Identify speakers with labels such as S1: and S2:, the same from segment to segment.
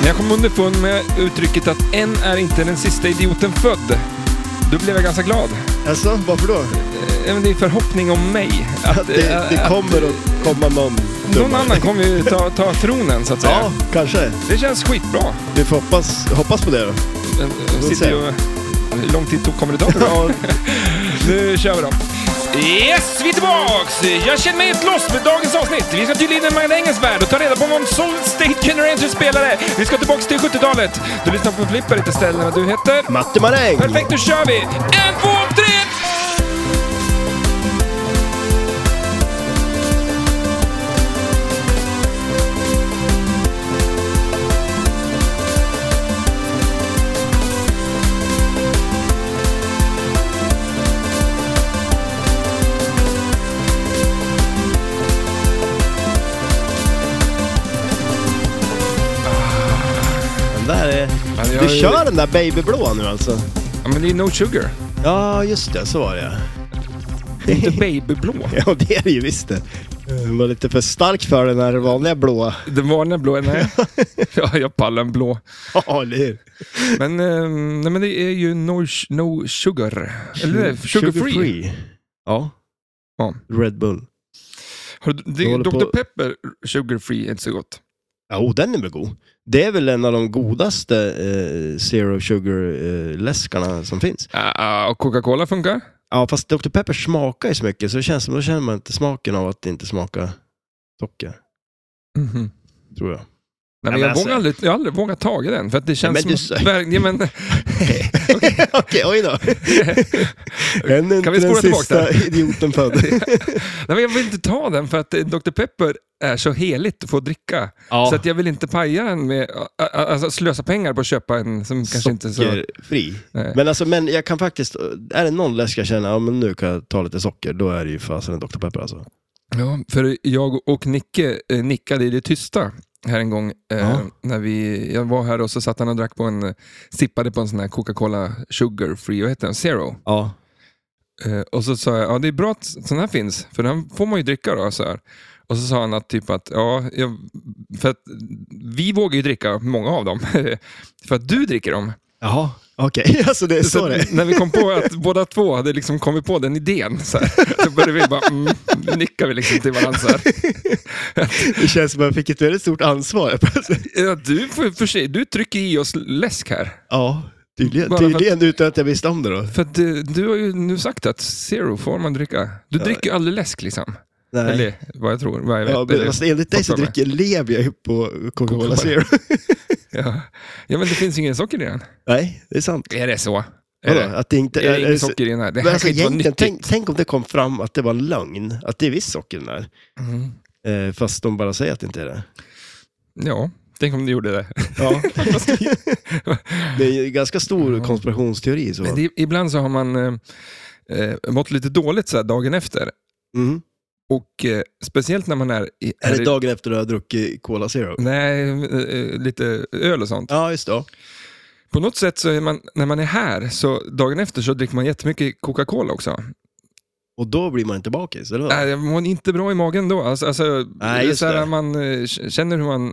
S1: När jag kom underfund med uttrycket att en är inte den sista idioten född, då blev jag ganska glad.
S2: Alltså, varför då?
S1: Eh, men Det är förhoppning om mig. Att,
S2: Att det, det
S1: eh,
S2: kommer att komma någon
S1: att någon
S2: dummare.
S1: annan kommer ju ta, ta tronen, så att säga.
S2: Ja, kanske.
S1: Det känns skitbra.
S2: Vi får hoppas, hoppas på det då.
S1: Men, eh,
S2: Då
S1: Sitter
S2: ser
S1: ju,
S2: vi.
S1: hur lång tid tog kommer det ta? tror jag?
S2: Ja,
S1: Nu kör vi då. Yes, vi är tillbaks! Jag känner mig helt lost med dagens avsnitt. Vi ska tydligen in i Magnängens värld och ta reda på vad en Solid State Generation spelare. Vi ska tillbaks till 70-talet. Du lyssnar på Flipper, inte ställen och du heter?
S2: Matte Maräng!
S1: Perfekt, då kör vi! En, två, tre!
S2: Den där är...
S1: Ja, jag-
S2: Du kör den där babyblå nu alltså?
S1: Ja, men det är No Sugar.
S2: Ja, just det. Så var det
S1: Inte babyblå.
S2: ja. Ja, det är det ju visst det. Den var lite för stark för den här vanliga blåa.
S1: Den vanliga blå, nej. Ja, jag pallar en blå.
S2: Ja, eller hur?
S1: Men, ehm, nej, men det är ju No, no Sugar. Eller Sugar, free.
S2: Ja.
S1: Ja.
S2: Red Bull.
S1: Har du- Det
S2: Jag
S1: är
S2: håller
S1: Dr.
S2: på-
S1: Pepper Sugar Free är inte så gott.
S2: Ja, oh, den är väl god. Det är väl en av de godaste eh, Zero Sugar-läskarna som finns.
S1: Ja, ja, Ah, och Coca-Cola funkar.
S2: Ja, fast Dr. Pepper smakar ju så mycket så det känns som, då känner man inte smaken av att det inte smakar socker,
S1: Mhm.
S2: tror jag.
S1: Nej,
S2: men
S1: men jag,
S2: alltså-
S1: vågar aldrig, jag har aldrig vågat ta i den, för att det känns
S2: men du
S1: som...
S2: sa-
S1: att verk- Ja, men,
S2: Okej, oj då. Än inte
S1: Kan vi spola
S2: den
S1: tillbaka
S2: sista idioten född.
S1: nej, men jag vill inte ta den, för att eh, Dr. Pepper är så heligt att få dricka.
S2: Ja.
S1: Så att jag vill inte paja den med... a- a- Alltså slösa pengar på att köpa en som kanske inte är så...
S2: Sockerfri.
S1: Nej.
S2: Men alltså, men jag kan faktiskt, är det någon läsk jag känner, ja men nu kan jag ta lite socker, då är det ju fasen en Dr. Pepper alltså.
S1: Ja, för jag och Nicke eh, nickade i det tysta här en gång. Eh,
S2: Ja.
S1: när vi, jag var här och så satt han och drack på en... Sippade på en sån här Coca-Cola Sugar Free, vad heter den? Zero.
S2: Ja.
S1: Eh, och så sa jag, ja det är bra att sån här finns, för den får man ju dricka då. Så här. Och så sa han att, typ att, ja, jag, för att vi vågar ju dricka många av dem, för att du dricker dem.
S2: Jaha, okej. Alltså det är så, det är.
S1: när vi kom på att båda två hade liksom kommit på den idén, så, här, så började vi bara, mm, nu nickar vi liksom till varandra. Så här.
S2: Det känns som att jag fick ett väldigt stort ansvar.
S1: Ja, du, för, för sig, du trycker i oss läsk här.
S2: ja, tydligen,
S1: Bara för att-
S2: tydligen utan att jag visste om det då.
S1: För att eh, du har ju nu sagt att zero får man dricka. Du
S2: Ja.
S1: dricker ju aldrig läsk liksom.
S2: Nej.
S1: Eller vad jag tror, vad jag vet.
S2: Ja, men
S1: Eller-
S2: fast enligt dig så
S1: fattar mig.
S2: dricker lever jag ju på
S1: Coca-Cola.
S2: Coca-Cola Zero.
S1: ja. ja, men det finns ju ingen socker i den.
S2: Nej, det är sant.
S1: Är det så? Är
S2: Vadå?
S1: det,
S2: Att det inte
S1: är det
S2: är- är det
S1: inget
S2: så-
S1: socker i den här? Det
S2: Men
S1: här
S2: alltså,
S1: kan inte vara
S2: egentligen,
S1: nyttigt.
S2: tänk, tänk om det kom fram att det var en lögn, att det är visst socker i den här.
S1: Mm.
S2: Eh, fast de bara säger att det inte är det.
S1: Ja, tänk om du gjorde det.
S2: Ja. det är ju en ganska stor konspirationsteori i så
S1: Men
S2: fall.
S1: det, ibland så har man eh, eh, mått lite dåligt så här dagen efter.
S2: Mm.
S1: Och eh, speciellt när man är... Mm. I,
S2: Är det
S1: i-
S2: dagen efter du har druckit Cola Zero?
S1: Nej, eh, lite öl och sånt.
S2: Ja, just det.
S1: På något sätt så är man, när man är här, så dagen efter så dricker man jättemycket Coca-Cola också.
S2: Och då blir man inte bakis, eller vad?
S1: Nej, jag mår inte bra i magen då. Alltså, alltså,
S2: Nej,
S1: det är
S2: just
S1: så här,
S2: det.
S1: man eh, k- känner hur man eh,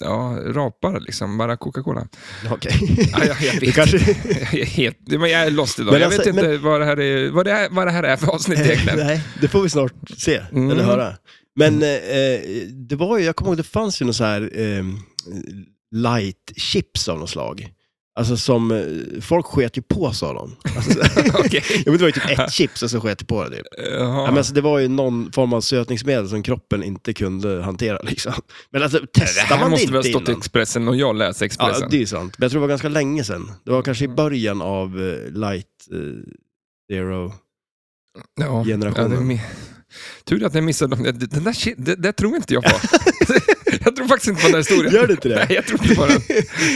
S1: ja, rapar liksom, bara Coca-Cola.
S2: Okej.
S1: Ja, jag, jag
S2: Det
S1: vet
S2: kanske...
S1: Jag är, helt, men jag är lost idag.
S2: Men
S1: jag
S2: alltså,
S1: vet inte vad, det här är, vad, det är, vad det här är för avsnitt egentligen.
S2: Nej, det får vi snart se,
S1: Mm.
S2: eller höra. Men eh, det var ju, jag kommer ihåg, det fanns ju någon så här eh, light chips av något slag. Alltså som, eh, folk sket ju på sa de. Alltså,
S1: Okej.
S2: ja, men det var ju typ ett chips och så sket det på det. Typ. Ja, men
S1: Jaha.
S2: alltså, det var ju någon form av sötningsmedel som kroppen inte kunde hantera. Liksom. Men alltså,
S1: Det
S2: testar
S1: här
S2: man det
S1: måste väl ha
S2: inte
S1: stått i liksom.
S2: innan?
S1: Expressen och jag läser
S2: Ja,
S1: Expressen.
S2: det är ju sant. Men jag tror det var ganska länge sedan. Det var
S1: Mm.
S2: kanske i början av eh, light eh, zero.
S1: Ja,
S2: generationen.
S1: det är mi- Tur att jag missade dem. Det- Den där, shit- det, det tror inte jag på. jag tror faktiskt inte på den här historien.
S2: Gör du inte det?
S1: Nej, jag tror inte på den.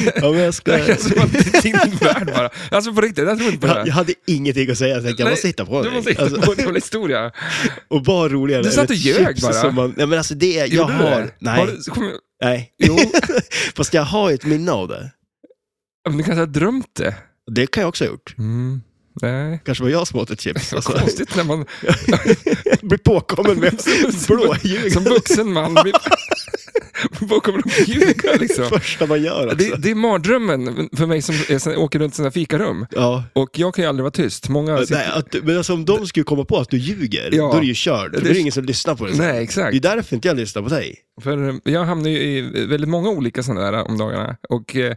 S2: Ja, men jag
S1: Det
S2: ska...
S1: här känns som att det är din värld bara. Alltså på riktigt, jag tror inte på det
S2: Jag, jag
S1: här.
S2: hade ingenting att säga, jag tänkte jag
S1: Nej,
S2: måste hitta på
S1: Du måste
S2: det.
S1: hitta
S2: Alltså,
S1: på en jävla historia.
S2: och bara roligare.
S1: Du satt
S2: än
S1: och
S2: ett
S1: ljög
S2: chips
S1: bara.
S2: Som man, nej men alltså det, är- jag
S1: Gjorde du det?
S2: har, nej,
S1: Har du, kommer,
S2: nej.
S1: jo,
S2: Fast jag har ju ett minne av det.
S1: men du kanske har drömt det.
S2: Det kan jag också ha gjort.
S1: Mm, nej.
S2: Kanske var jag som åt ett chips.
S1: Vad
S2: Alltså.
S1: konstigt när man
S2: Blir påkommen med blåljug.
S1: Som vuxen man. blir- Vad kommer de bjuda liksom?
S2: första man gör alltså.
S1: Det, det är mardrömmen för mig som är, åker runt i sina fikarum.
S2: Ja.
S1: Och jag kan ju aldrig vara tyst. Många sitter...
S2: Nej, att, men alltså om de skulle komma på att du ljuger,
S1: Ja.
S2: då är det ju körd. Då är
S1: Det-
S2: det ingen som lyssnar på det. sen.
S1: Nej,
S2: Det är
S1: exakt.
S2: därför inte jag lyssnar på dig.
S1: För eh, jag hamnar ju i eh, väldigt många olika sådana där om dagarna. Och eh,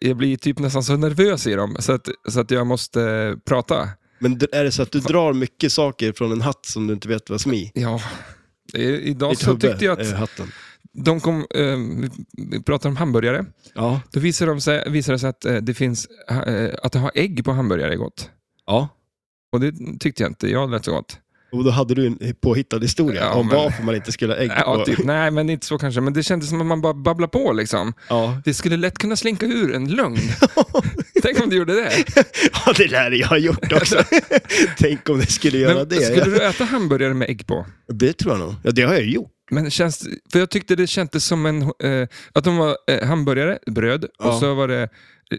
S1: jag blir typ nästan så nervös i dem, så att, så att jag måste eh, prata.
S2: Men d- är det så att du drar mycket saker från en hatt som du inte vet vad som är i?
S1: Ja, eh, idag
S2: Ditt
S1: så
S2: huvud
S1: tyckte jag
S2: är
S1: att
S2: hatten.
S1: de kom, eh, vi- vi pratade om hamburgare.
S2: Ja.
S1: Då visade, de sig, visade det sig att eh, det finns, eh, att ha ägg på hamburgare är gott.
S2: ja.
S1: Och det tyckte jag inte, jag lät så gott.
S2: Och då hade du en påhittad historia
S1: Ja,
S2: om
S1: men-
S2: varför man inte skulle ha ägg
S1: Ja,
S2: på.
S1: typ, nej, men inte så kanske. Men det kändes som att man bara babblar på liksom.
S2: Ja.
S1: Det skulle lätt kunna slinka ur en lögn. Tänk om du gjorde det.
S2: ja, det lär jag ha gjort också. Tänk om det skulle göra
S1: Men,
S2: det.
S1: skulle du äta hamburgare med ägg på?
S2: Det tror jag nog. Ja, det har jag gjort.
S1: Men känns, för jag tyckte det kändes som en, eh, att de var eh, hamburgare, bröd, och
S2: Ja.
S1: så var det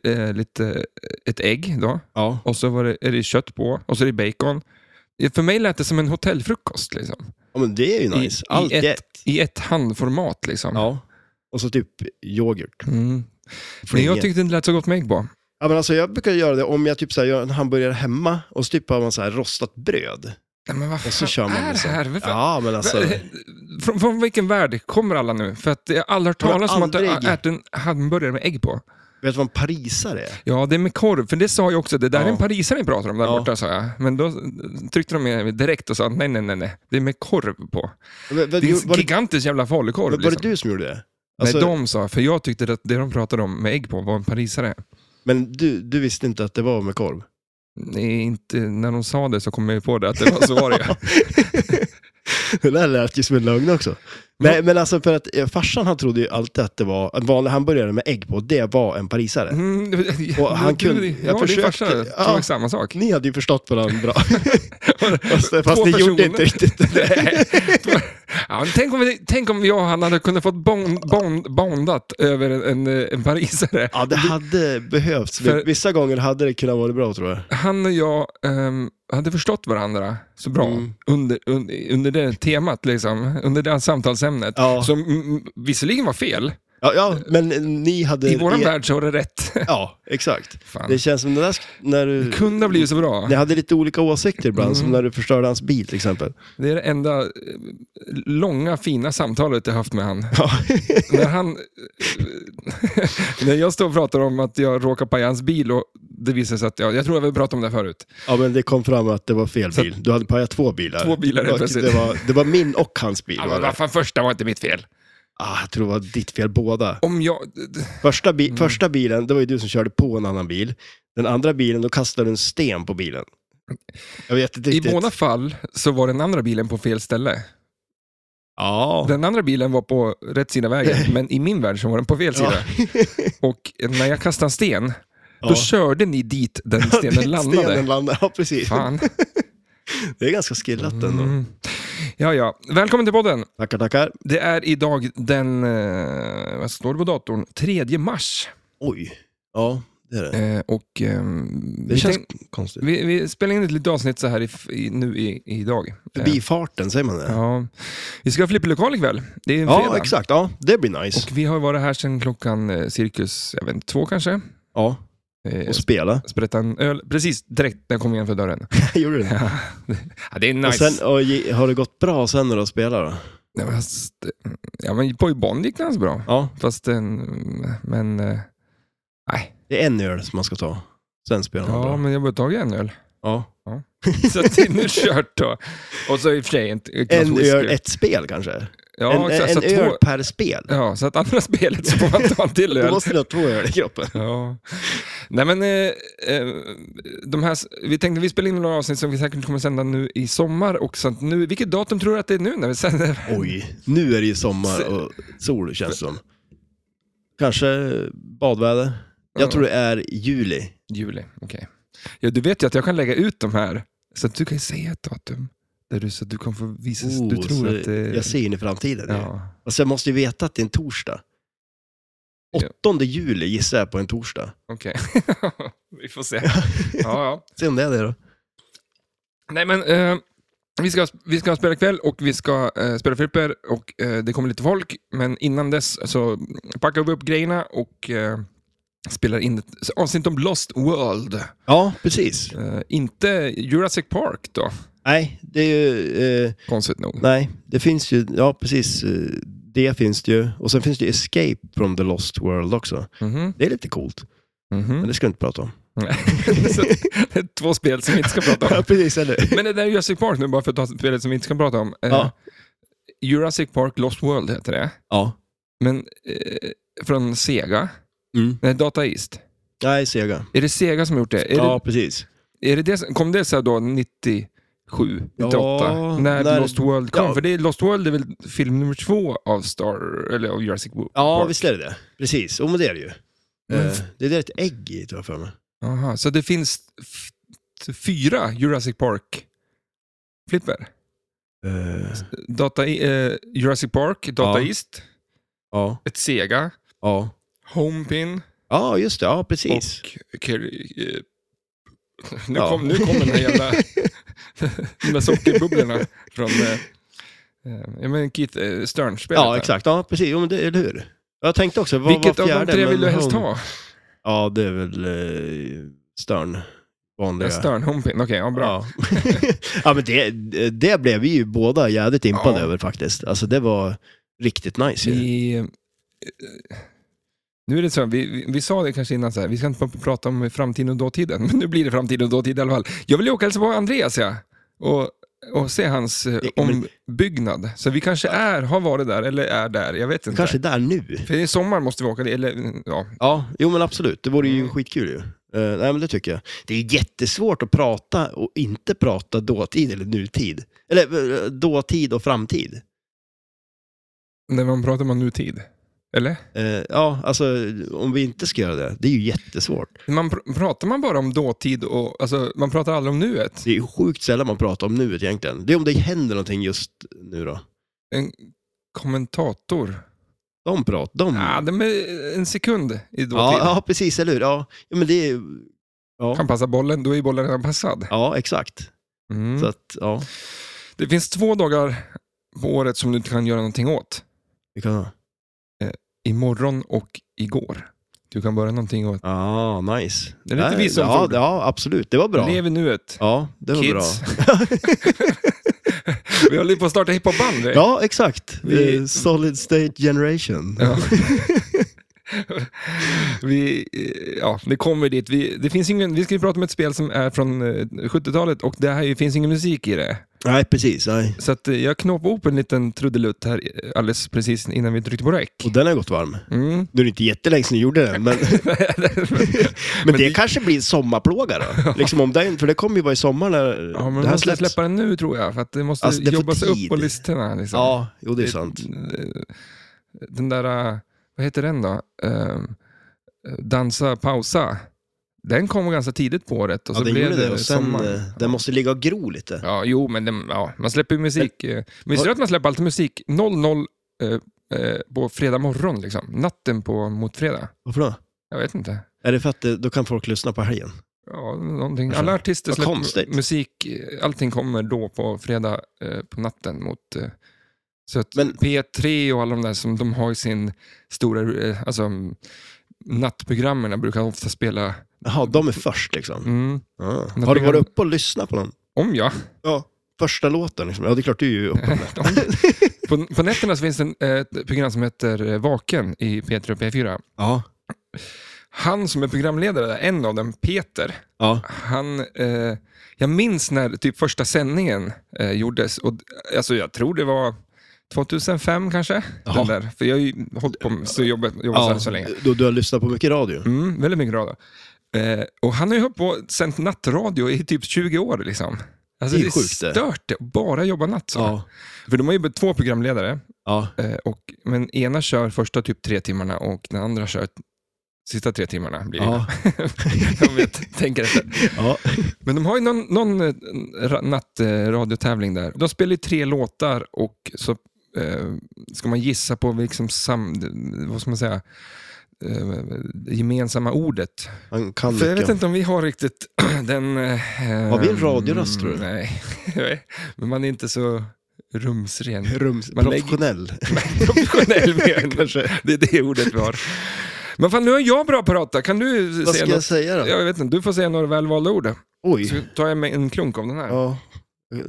S1: eh, lite, eh, ett ägg då,
S2: Ja.
S1: och så var det, är det kött på, och så är det bacon. Eh, För mig lät det som en hotellfrukost liksom.
S2: ja men det är ju
S1: I-
S2: nice.
S1: i
S2: Allt
S1: ett-
S2: i ett.
S1: I ett handformat liksom.
S2: Ja. Och så typ yoghurt.
S1: Mm. Men
S2: Flingor.
S1: jag tyckte det inte lät så gott med ägg på.
S2: Ja, men alltså, jag brukar göra det om jag typ så här, gör en hamburgare hemma och så typ har man så här rostat bröd.
S1: Nej, men vad
S2: Och så
S1: fan
S2: kör man
S1: är det
S2: liksom.
S1: här? Varför-
S2: Ja, men alltså.
S1: Från, från vilken värld kommer alla nu? För att jag aldrig har
S2: Men
S1: talat om att du har
S2: aldrig-
S1: ätit en hamburgare med ägg på.
S2: Vet du vad en parisare är?
S1: Ja, det är med korv. För det sa jag också, det där
S2: Ja.
S1: är en parisare ni pratar om där
S2: Ja.
S1: borta, sa jag. Men då tryckte de mig direkt och sa nej, nej, nej, nej. Det är med korv på.
S2: Men- men-
S1: Det är en
S2: var, det,
S1: gigantisk jävla falukorv.
S2: men var det
S1: liksom.
S2: du som gjorde det?
S1: Nej,
S2: Alltså,
S1: de sa, för jag tyckte att det de pratade om med ägg på var en parisare.
S2: Men du, du visste inte att det var med korv?
S1: Nej, inte, när de sa det så kom jag ju på det, att det var så var det ju.
S2: Det där lät ju som en lögn också. Nej, men alltså för att eh, farsan han trodde ju alltid att det var en vanlig hamburgare med ägg på, det var en parisare.
S1: Mm,
S2: Och han
S1: du-
S2: kunde-
S1: ja,
S2: jag
S1: din
S2: försökte-
S1: farsa tror
S2: ja.
S1: jag samma sak.
S2: Ni hade ju förstått varandra bra. Fast, fast ni
S1: personer.
S2: gjorde inte riktigt det.
S1: ja, men tänk, om vi, tänk om jag och han hade kunnat fått bond, bond, bondat över en, en, en parisare.
S2: Ja, det hade behövts.
S1: För-
S2: Vissa gånger hade det kunnat vara bra tror jag.
S1: Han och jag ehm, hade förstått varandra så bra
S2: Mm.
S1: under, under, under det temat, liksom, under det här samtalsämnet.
S2: Ja.
S1: Som mm, visserligen var fel,
S2: Ja, ja men ni hade...
S1: i vår
S2: er-
S1: värld så var det rätt.
S2: Ja, exakt.
S1: Fan.
S2: Det
S1: Det
S2: känns som det där sk- när du...
S1: kunde ha blivit så bra.
S2: Ni hade lite olika åsikter ibland,
S1: Mm.
S2: som när du förstörde hans bil till exempel.
S1: Det är det enda eh, långa fina samtalet jag haft med han.
S2: Ja.
S1: när han... eh, när jag står och pratar om att jag råkar paja hans bil och det visar sig att, ja, jag tror jag vi pratade om det här förut.
S2: ja, men det kom fram att det var fel
S1: Så-
S2: bil. Du hade pajat två bilar.
S1: Två bilar,
S2: Och
S1: precis.
S2: det, var, det var min och hans bil.
S1: Ja,
S2: Var
S1: men
S2: det.
S1: vad fan, första var inte mitt fel.
S2: Ah, jag tror det var ditt fel båda.
S1: Om jag...
S2: Första, bi-
S1: Mm.
S2: första bilen, det var ju du som körde på en annan bil. Den andra bilen, då kastade du en sten på bilen. Jag vet inte
S1: I
S2: riktigt.
S1: båda fall så var den andra bilen på fel ställe.
S2: Ja.
S1: Den andra bilen var på rätt sida vägen, men i min värld så var den på fel
S2: Ja.
S1: sida. Och när jag kastade en sten, då
S2: Ja.
S1: körde ni dit den stenen landade.
S2: Stenen landade. Ja, precis.
S1: Fan.
S2: Det är ganska skillat ändå.
S1: Mm. Ja, ja. Välkommen till podden.
S2: Tackar, tackar.
S1: Det är idag den, eh, vad står det på datorn, 3 mars.
S2: Oj. Ja, det är det.
S1: Eh, och, ehm,
S2: Det
S1: vi,
S2: känns
S1: tänk,
S2: konstigt.
S1: vi, vi spelar in ett litet avsnitt så här i, f- i, nu i, idag. Eh,
S2: Förbifarten, säger man det?
S1: ja. Vi ska ha flipperlokal ikväll. Det är en
S2: Ja,
S1: fredag.
S2: exakt. Ja, det blir nice.
S1: Och vi har varit här sedan klockan eh, cirkus jag vet, inte, två kanske.
S2: ja,
S1: Eh,
S2: och spela.
S1: sprätta en öl precis direkt när jag kom igen för dörren.
S2: Gjorde du det?
S1: ja, det är nice.
S2: Och sen, och, ge- har det gått bra sen när du har spelat då?
S1: Ja, men, fast, eh, ja, men på Bond gick det ganska bra.
S2: Ja.
S1: Fast den, men... eh, Nej.
S2: Det är en öl som man ska ta. Sen spelar man
S1: Ja,
S2: bra.
S1: men jag har bara tagit en öl.
S2: Ja.
S1: Så att det är nu kört då. Och så i och för sig ett ett glas
S2: En
S1: whisky.
S2: öl, ett spel kanske?
S1: Ja,
S2: en
S1: exakt.
S2: en,
S1: så
S2: en
S1: två,
S2: öl per spel?
S1: Ja, så att andra spelet så får man ta en till
S2: Då
S1: öl.
S2: måste du ha två öl i kroppen.
S1: Ja. Nej men, eh, eh, de här, vi tänkte vi spelar in några avsnitt som vi säkert kommer sända nu i sommar och sånt nu, vilket datum tror du att det är nu när vi sänder?
S2: Oj, nu är det ju sommar och sol känns det som. Kanske badväder?
S1: Ja.
S2: Jag tror det är juli.
S1: Juli, okej. Ja, du vet ju att jag kan lägga ut de här, så att du kan ju säga ett datum. Där du, så att du kan få visa, du
S2: Oh,
S1: tror
S2: så
S1: att det...
S2: Jag ser in i framtiden. ju.
S1: ja.
S2: Alltså jag måste ju veta att det är en torsdag.
S1: Ja.
S2: 8 juli gissar jag på en torsdag.
S1: Okej, vi får se. Ja, ja.
S2: Se om det är det då.
S1: Nej men, eh, Vi ska, vi ska spela ikväll och vi ska eh, spela flipper och eh, det kommer lite folk. Men innan dess så packar vi upp grejerna och eh, spelar in ett avsnitt om Lost World.
S2: Ja, precis.
S1: Eh, inte Jurassic Park då,
S2: Nej, det är ju... Eh,
S1: konstigt nog.
S2: nej, det finns ju... Ja, precis. eh, Det finns det ju. Och sen finns det ju Escape from the Lost World också.
S1: Mhm,
S2: Det är lite coolt, men
S1: mhm.
S2: det ska vi inte prata om.
S1: Så det är två spel som vi inte ska prata om.
S2: precis. Eller?
S1: Men det där är Jurassic Park nu, bara för att ta spelet som vi inte ska prata om. Eh,
S2: Ja.
S1: Jurassic Park Lost World heter det.
S2: Ja.
S1: Men eh, från Sega.
S2: Mm.
S1: Nej, Data East.
S2: Nej, Sega.
S1: Är det Sega som har gjort det? Är det
S2: Ja, precis.
S1: Är det det, som- kom det så här då 97, 98?
S2: Ja,
S1: när,
S2: när-
S1: Lost World kom?
S2: ja.
S1: För det är, Lost World är väl film nummer två av, Star, eller av Jurassic Park?
S2: Ja, visst är det det. Precis. Jo, men det är det ju.
S1: Men-
S2: Eh, Det är det ett ägg i, tror jag för mig.
S1: Aha, så det finns f- fyra Jurassic Park-flipper?
S2: Eh,
S1: Data, eh, Jurassic Park, Data
S2: Ja.
S1: East,
S2: ja.
S1: ett Sega,
S2: Ja.
S1: Homepin
S2: Ja, just det. Ja, precis.
S1: och... Kerry- eh, nu,
S2: Ja.
S1: kom, nu kommer den här jävla... de där sockerbubblorna från... Eh, eh, jag menar Keith eh, Stern-spelet.
S2: Ja,
S1: där.
S2: exakt. Ja, precis. Jo, men det, eller hur? Jag tänkte också, vad
S1: Vilket
S2: var
S1: av
S2: fjärde?
S1: de tre
S2: men
S1: vill du helst
S2: hon-
S1: ha?
S2: Ja, det är väl eh, Stern. Vanliga.
S1: En Stern Homepin, okej, ja, bra.
S2: Ja. ja, men det, det blev vi ju båda jävligt impade
S1: Ja.
S2: över faktiskt. Alltså det var riktigt nice ju.
S1: Vi, eh, nu är det så, här, vi, vi, vi sa det kanske innan, så här, vi ska inte bara prata om framtiden och dåtiden, men nu blir det framtid och dåtid i alla fall. Jag vill ju åka och hälsa på Andreas ja. och, och se hans eh,
S2: Ja, men-
S1: ombyggnad. Så vi kanske är, har varit där eller är där, jag vet inte.
S2: Kanske där nu.
S1: För i sommar måste vi åka, dit, eller ja.
S2: Ja, jo men absolut. Det vore ju
S1: Mm.
S2: skitkul ju. Eh, nej, men det tycker jag. Det är jättesvårt att prata och inte prata dåtid eller nutid. Eller eh, dåtid och framtid.
S1: När man pratar om nutid. Eller?
S2: Eh, ja, alltså om vi inte ska göra det. Det är ju jättesvårt.
S1: Man pr- pratar man bara om dåtid och, alltså man pratar aldrig om nuet.
S2: Det är ju sjukt sällan man pratar om nuet egentligen. Det är om det händer någonting just nu då.
S1: En kommentator.
S2: Mm. De pratar, de...
S1: Ja, det är en sekund i dåtid.
S2: ja, ja, precis, eller hur? Ja, ja men det är Ja,
S1: Han passar bollen, då är bollen redan passad.
S2: ja exakt.
S1: Mm.
S2: Så att, ja.
S1: Det finns två dagar på året som du inte kan göra någonting åt.
S2: Vi kan ha.
S1: Imorgon och igår. Du kan börja någonting åt.
S2: Ja, nice.
S1: Det är lite
S2: Nej, ja,
S1: visumfråga.
S2: ja, absolut. Det var bra.
S1: Lev i nuet.
S2: Ja, det var
S1: Kids.
S2: bra.
S1: Vi håller på att starta hiphopband. vi.
S2: Ja, exakt.
S1: Vi-
S2: Eh, Solid State Generation.
S1: Ja. vi, eh, ja, det kommer dit. Vi, det finns ingen, vi ska ju prata om ett spel som är från eh, 70-talet och det här ju- finns ingen musik i det.
S2: Nej, precis. Nej.
S1: Så att eh, jag knoppade upp en liten trudelutt här eh, alldeles precis innan vi tryckte på räck.
S2: Och den har gått varm.
S1: Mm.
S2: Nu är det inte jättelänge sedan du gjorde den, men, men,
S1: Men
S2: det
S1: det-
S2: kanske blir en sommarplåga då. liksom om den, för det kommer ju vara i sommar när
S1: Ja, men
S2: det
S1: vi
S2: här
S1: måste
S2: släpps.
S1: släppa den nu tror jag, för att det måste
S2: Alltså, det är för
S1: jobbas upp
S2: tid.
S1: på listorna. Liksom. Eh,
S2: Ja, jo det är sant.
S1: Den där, eh, vad heter den då? Ehm, dansa, pausa. Den kom ganska tidigt på året och
S2: ja,
S1: så
S2: den
S1: blev
S2: gjorde
S1: det,
S2: det och sen,
S1: sommar.
S2: eh, den måste ligga och gro lite.
S1: Ja, jo, men den, ja, man släpper ju musik. eh, Men visste du att man släpper alltid musik 00 eh, eh, på fredag morgon, liksom. natten på, mot fredag?
S2: Varför då?
S1: Jag vet inte.
S2: Är det för att eh, då kan folk lyssna på helgen?
S1: Ja, någonting.
S2: Alltså,
S1: Alla artister
S2: vad
S1: släpper
S2: konstigt.
S1: musik, eh, allting kommer då på fredag eh, på natten mot eh, så att
S2: Men-
S1: P3 och alla de där som de har i sin stora, eh, alltså mm, nattprogrammen brukar ofta spela,
S2: Jaha, de är först liksom.
S1: mm,
S2: Ja.
S1: Men
S2: Har du
S1: det kan-
S2: varit uppe och lyssnat på någon?
S1: om ja.
S2: Ja. Första låten liksom. Ja, det är klart du är ju uppe.
S1: På, på nätterna så finns det en, eh, ett program som heter eh, Vaken i P3 och P4.
S2: ja.
S1: Han som är programledare, där, en av dem, Peter,
S2: Ja.
S1: han, eh, jag minns när typ första sändningen eh, gjordes. Och, alltså, jag tror det var 2005 kanske.
S2: Jaha.
S1: Den där, för jag har ju hållit på med så jobbat, jobbat så här så länge.
S2: Du, du har lyssnat på mycket radio?
S1: Mm, väldigt mycket radio. Eh, och han har ju hållit på sänt nattradio i typ 20 år. Liksom. Alltså,
S2: Det är
S1: det är
S2: sjukt, det.
S1: stört det. Bara jobba natt. Så.
S2: Ja.
S1: För de har ju två programledare.
S2: ja.
S1: Eh, och, men ena kör första typ tre timmarna och den andra kör sista tre timmarna. Blir det.
S2: Ja.
S1: Om jag tänker efter.
S2: ja.
S1: Men de har ju någon, någon eh, ra- nattradiotävling där. De spelar ju tre låtar och så eh, ska man gissa på liksom sam, vad ska man säga, eh, gemensamma ordet.
S2: Han kan
S1: För jag vet
S2: mycket.
S1: inte om vi har riktigt den... eh, Mm,
S2: Har vi en radioröst, tror du?
S1: Nej, men man är inte så rumsren.
S2: Rums,
S1: Man lägger-
S2: professionell.
S1: Professionell menar
S2: Kanske.
S1: Det är det ordet vi har. Men fan, nu är jag bra på att prata. Kan du
S2: Vad
S1: säga
S2: ska jag
S1: något?
S2: säga då?
S1: Jag vet inte, du får säga några välvalda ord. Så
S2: Oj.
S1: tar jag med en klunk av den här.
S2: Ja. Eh,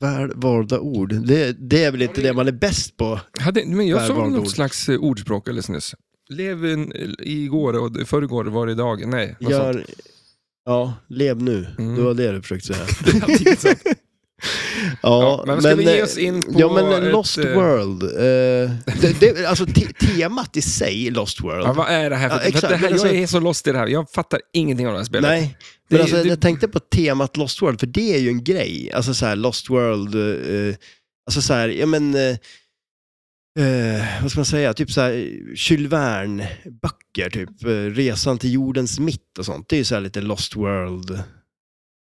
S2: Väl valda ord. Det, det är väl inte det man är bäst på?
S1: Hade, men jag såg
S2: Välvalda
S1: något
S2: ord.
S1: slags eh, ordspråk alldeles nyss. Lev en, igår och förrgår var idag. Nej, något sånt.
S2: Gör... Ja, lev nu.
S1: Mm.
S2: Det var det du försökte säga. ja,
S1: Ja, men ska vi ge
S2: eh,
S1: oss in på
S2: Ja, men
S1: ett,
S2: Lost
S1: eh,
S2: World. Eh, det, det, alltså te temat i sig, Lost World.
S1: Ja, vad är det här för,
S2: Ja, exakt,
S1: för det här,
S2: men alltså-
S1: Jag är så lost i det här. Jag fattar ingenting av det här spelet.
S2: Nej,
S1: Det-
S2: men alltså,
S1: det-
S2: jag tänkte på temat Lost World, för det är ju en grej. Alltså så här, Lost World, eh, alltså så här, ja men, eh, eh, vad ska man säga, typ så här, Jules Verne-böcker, typ eh, Resan till jordens mitt och sånt. Det är ju så här lite Lost World.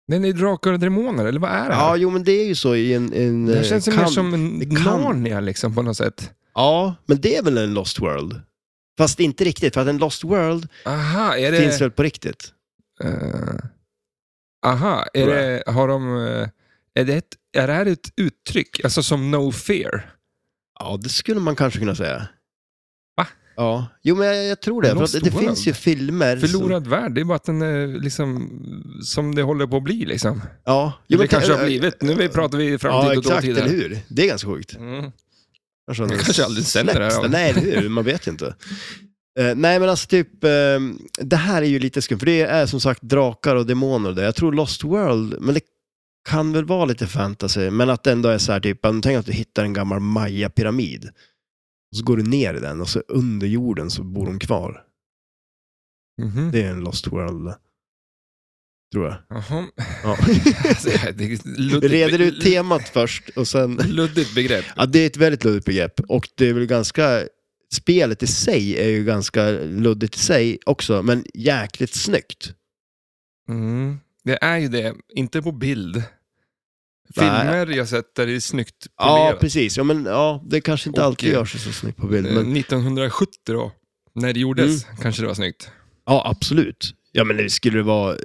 S1: Men är det drakar och demoner, eller vad är det här?
S2: Ja, jo men det är ju så i en... en
S1: det här
S2: eh,
S1: känns ju mer
S2: kamp.
S1: som en
S2: det kan-
S1: Narnia liksom, på något sätt.
S2: Ja, men det är väl en Lost World? Fast inte riktigt, för att en Lost World
S1: Aha, är det...
S2: finns väl på riktigt?
S1: Eh, aha, är
S2: Tror
S1: det, har de... eh, Är det, ett, är det här ett uttryck, alltså som no fear?
S2: Ja, det skulle man kanske kunna säga.
S1: Va?
S2: Ja, jo men jag, jag tror det. För att
S1: Lost
S2: det
S1: World.
S2: finns ju filmer. som-
S1: Förlorad värld, det är bara att den är liksom som det håller på att bli liksom.
S2: Ja,
S1: Jo,
S2: jo,
S1: det
S2: men
S1: kanske
S2: tänk-
S1: har blivit, nu vi pratar vi
S2: Ja,
S1: framtid och
S2: exakt,
S1: dåtid.
S2: eller
S1: här.
S2: hur? Det är ganska sjukt.
S1: Mm.
S2: Kanske,
S1: Jag kanske aldrig sänder det här, ja.
S2: här. Nej, eller hur? Man vet ju inte. Eh, nej, men alltså typ, eh, det här är ju lite skumt, för det är som sagt drakar och demoner och det. Jag tror Lost World, men det kan väl vara lite fantasy, men att det ändå är så här typ, ja, tänk att du hittar en gammal maya-pyramid. Och så går du ner i den och så under jorden så bor de kvar.
S1: Mhm.
S2: Det är en Lost World. Tror jag.
S1: Jaha.
S2: Ja.
S1: Alltså, det är luddigt-
S2: Reder ut temat först och sen...
S1: Luddigt begrepp.
S2: Ja, det är ett väldigt luddigt begrepp och det är väl ganska... Spelet i sig är ju ganska luddigt i sig också, men jäkligt snyggt.
S1: Mm. Det är ju det, inte på bild. Filmer jag sett där det är snyggt
S2: Ja,
S1: polerat.
S2: precis. Ja, men, ja, det kanske inte
S1: Och,
S2: alltid
S1: eh,
S2: gör sig så snyggt på bild,
S1: Eh,
S2: men Mm.
S1: 1970 då, när det gjordes, kanske det var snyggt.
S2: ja, absolut. Ja, men det skulle det vara...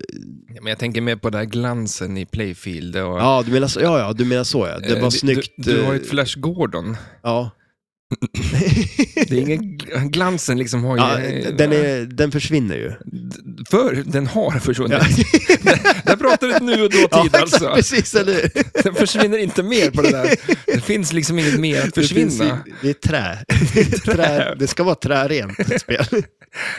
S1: Ja, men jag tänker mer på den där glansen i Playfield. Och,
S2: Ja, du menar så, ja, ja, du menar så ja. Det
S1: Eh,
S2: var
S1: du-
S2: snyggt.
S1: Du, du har ju
S2: eh,
S1: ett Flash Gordon.
S2: Ja.
S1: Det är ingen, gl- glansen liksom har ju...
S2: ja den, är, den försvinner ju.
S1: D- För, den har försvunnit.
S2: Ja,
S1: Där pratar du ett nu och dåtid
S2: ja
S1: alltså.
S2: exakt, precis. Eller hur?
S1: Den försvinner inte mer på det där. Det finns liksom inget mer att försvinna.
S2: Det, finns i, det är trä. Det, är trä. det ska vara trärent ett spel.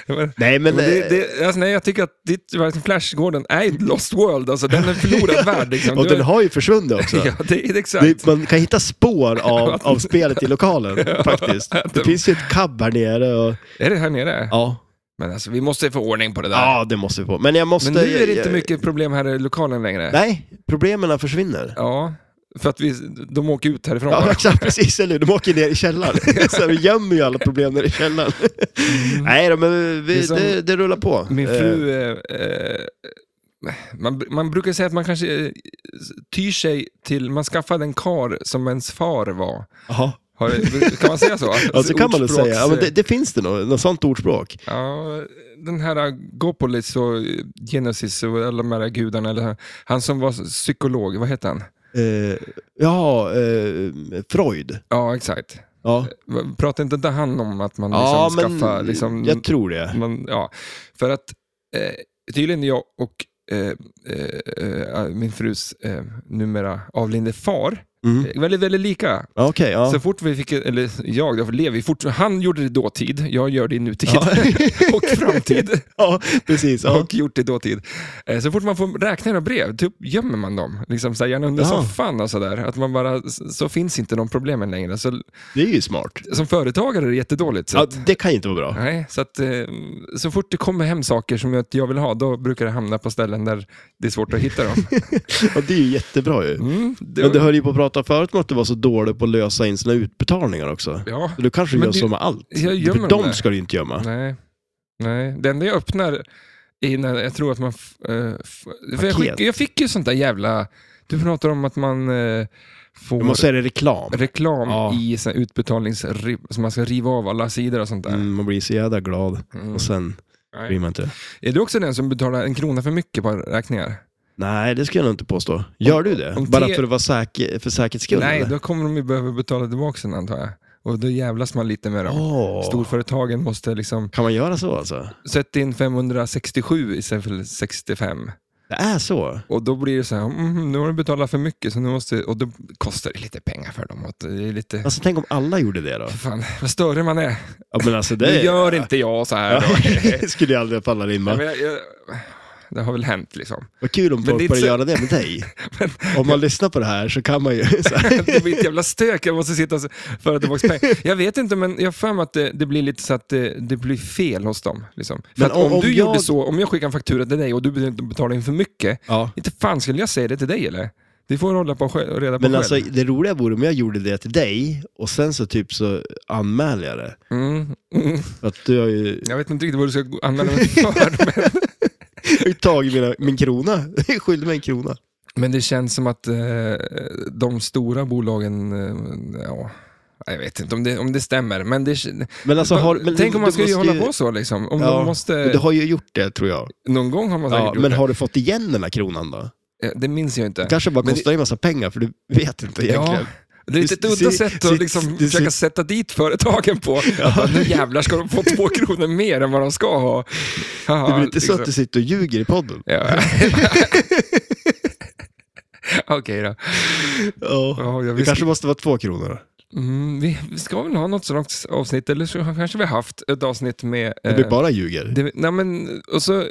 S1: Men-
S2: Nej, men...
S1: Men det,
S2: eh,
S1: det, alltså, nej, jag tycker att ditt Flash Gordon är ett lost world. Alltså, den är en förlorad värld. Liksom.
S2: Och
S1: Du
S2: den
S1: är-
S2: har ju försvunnit också.
S1: Ja, det är det exakt.
S2: Det, man kan hitta spår av, av spelet i lokalen faktiskt. Det finns ju ett cab här nere. Och,
S1: Är det här nere?
S2: ja.
S1: Men alltså, vi måste få ordning på det där.
S2: ja, det måste vi få. Men jag måste...
S1: Men nu är det
S2: jag-
S1: inte mycket problem här i lokalen längre.
S2: Nej, problemen försvinner.
S1: Ja, för att vi, de åker ut härifrån.
S2: Ja,
S1: bara.
S2: exakt, precis. Eller hur? De åker ner i källaren. Så vi gömmer ju alla problem nere i källaren. Nej då, men
S1: Mm. Det är
S2: vi,
S1: som-
S2: det, det rullar på.
S1: Min
S2: Eh,
S1: fru... Eh, eh, man, man brukar säga att man kanske eh, tyr sig till... Man skaffade en kar som ens far var.
S2: Jaha.
S1: Har, kan man säga så? Alltså,
S2: Ja, så kan man nog säga. Ja, men det,
S1: Ordspråks-
S2: det finns det nog, något sånt ordspråk.
S1: Ja, den här eh, Gopolis och eh, Genesis och alla de här gudarna. Eller, han som var psykolog, vad heter han?
S2: Eh, ja, eh, Freud.
S1: Ja, exakt.
S2: Ja,
S1: Pratar inte inte han om att man
S2: ja
S1: liksom
S2: men
S1: skaffar... Liksom,
S2: jag tror det.
S1: man, ja. För att eh, tydligen jag och eh, eh, eh, min frus eh, numera avlidne far,
S2: Mm.
S1: eh, väldigt, väldigt lika.
S2: Okej, ja.
S1: Så fort vi fick, eller jag, jag lever ju fort, han gjorde det i dåtid, jag gör det i nutid
S2: Ja.
S1: och framtid.
S2: ja, precis. Ja.
S1: och gjort det i dåtid. Eh, Så fort man får räkna några brev, typ gömmer man dem. Liksom så här, gärna under
S2: Jaha.
S1: soffan och sådär. Att man bara, så finns inte de problemen längre. Så,
S2: Det är ju smart.
S1: som företagare är det jättedåligt. Så
S2: Ja,
S1: att,
S2: det kan ju inte vara bra.
S1: nej, så, att, eh, så fort det kommer hem saker som jag inte jag vill ha, då brukar det hamna på ställen där det är svårt att hitta dem.
S2: Och det är ju jättebra ju.
S1: Mm, det,
S2: Men du höll ju på att prata förut om att du var så dålig på att lösa in sina utbetalningar också.
S1: ja,
S2: Så du kanske
S1: Men
S2: gör
S1: det-
S2: så med allt.
S1: jag gömmer
S2: För
S1: dem
S2: de
S1: där.
S2: ska du ju inte gömma.
S1: nej, nej. Det enda jag öppnar är när jag tror att man... F, eh, f, för jag,
S2: Paket.
S1: skick, jag fick ju sånt där jävla... Du pratar om att man eh, får
S2: Du måste det reklam.
S1: reklam
S2: Ja.
S1: i så här utbetalnings... Som man ska riva av alla sidor och sånt där.
S2: Mm, man blir så jävla glad
S1: Mm.
S2: och sen
S1: Nej.
S2: blir man inte det.
S1: Är du också den som betalar en krona för mycket på räkningar?
S2: Nej, det ska jag nog inte påstå. Gör du det?
S1: om te-
S2: Bara för att vara säker, för säkerhets skull?
S1: Nej,
S2: eller?
S1: då kommer de ju behöva betala tillbaka den antar jag. Och då jävlas man lite med dem.
S2: Åh.
S1: Storföretagen måste liksom
S2: Kan man göra så alltså?
S1: sätta in 567 istället för 65.
S2: Det är så?
S1: Och då blir det så här, mm, nu har du betalat för mycket så nu måste, och då kostar det lite pengar för dem. Och det är lite,
S2: Alltså tänk om alla gjorde det då?
S1: fan, vad större man är.
S2: Ja, men alltså
S1: Nu
S2: det
S1: gör inte jag så här.
S2: Ja,
S1: Då.
S2: det skulle ju aldrig falla in
S1: Nej,
S2: va?
S1: men jag, jag, det har väl hänt liksom.
S2: Vad kul om
S1: men
S2: folk
S1: det är
S2: började
S1: inte-
S2: göra det med dig. Om man lyssnar på det här så kan man ju... Så här.
S1: Det blir ett jävla stök, jag måste sitta och föra tillbaka pengar. Jag vet inte, men jag har för mig att det, det blir lite så att det, det blir fel hos dem. Liksom. För
S2: Men
S1: att om,
S2: om-
S1: du
S2: om jag-
S1: gjorde så, om jag skickar en faktura till dig och du betalar in för mycket,
S2: Ja.
S1: inte fan skulle jag säga det till dig eller? Det får du hålla på själv, reda på
S2: Men
S1: själv.
S2: alltså det roliga vore om jag gjorde det till dig och sen så typ så anmäler jag det.
S1: Mm, mm.
S2: För att du har ju
S1: Jag vet inte riktigt vad du ska gå- använda mig för, men,
S2: jag har ju tagit mina, min krona. Du är skyldig mig en krona.
S1: men det känns som att eh, de stora bolagen, eh, ja, jag vet inte om det, om det stämmer, men det,
S2: Men alltså, har, men
S1: tänk om man
S2: du
S1: ska ju
S2: måste
S1: hålla på så liksom. Om
S2: Ja,
S1: de
S2: Men Du
S1: måste,
S2: har ju gjort det tror jag.
S1: någon gång har man säkert
S2: Ja,
S1: gjort
S2: men
S1: det.
S2: har du fått igen den här kronan då?
S1: Ja, Det minns jag inte.
S2: kanske bara
S1: Men det-
S2: kostar en massa pengar för du vet inte egentligen.
S1: det är ett
S2: Du-
S1: lite udda
S2: se-
S1: sätt
S2: se-
S1: att liksom
S2: du- se-
S1: försöka sätta dit företagen på. Att bara, Nu jävlar ska de få två kronor mer än vad de ska ha. Haha,
S2: det blir inte så
S1: liksom.
S2: att du sitter och ljuger i podden.
S1: Ja. Okej då.
S2: Ja.
S1: Ja, jag
S2: Det
S1: visste-
S2: kanske måste vara två kronor.
S1: mm, vi, vi ska väl ha något sådant avsnitt, eller så kanske vi har haft ett avsnitt med...
S2: Det
S1: eh,
S2: blir bara ljuger.
S1: det, nej men, och så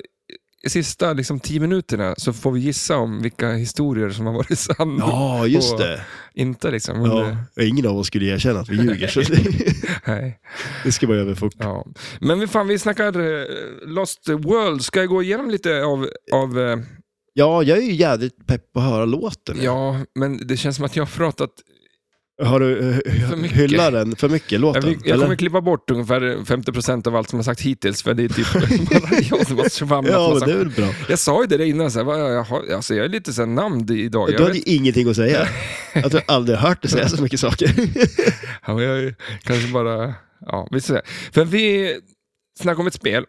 S1: i sista liksom, tio minuterna så får vi gissa om vilka historier som har varit sanna.
S2: Ja, just
S1: Och-
S2: det.
S1: Inte liksom. men
S2: Ja.
S1: det-
S2: och Ingen av oss skulle erkänna att vi ljuger. Så det,
S1: Nej.
S2: det ska vara över fort.
S1: Ja. Men vi, fan, vi snackar eh, Lost World. Ska jag gå igenom lite av... av eh,
S2: Ja, jag är ju jävligt pepp på att höra låten.
S1: ja, men det känns som att jag har pratat...
S2: Har du
S1: För
S2: uh,
S1: mycket.
S2: hyllat den för mycket,
S1: Jag,
S2: låten?
S1: vill, jag
S2: eller?
S1: kommer klippa bort ungefär 50% av allt som jag sagt hittills, för det är typ bara jag som har svamlat.
S2: ja,
S1: massa
S2: men det är
S1: skit.
S2: väl bra.
S1: Jag sa ju det där innan, så här, vad, jag, har, alltså, jag är lite så här, namn idag. Jag
S2: Du hade
S1: vet-
S2: ju ingenting att säga. Jag tror jag aldrig hört dig säga så mycket saker.
S1: Ja, men jag är kanske bara... Ja, vi ser. För vi snackar om ett spel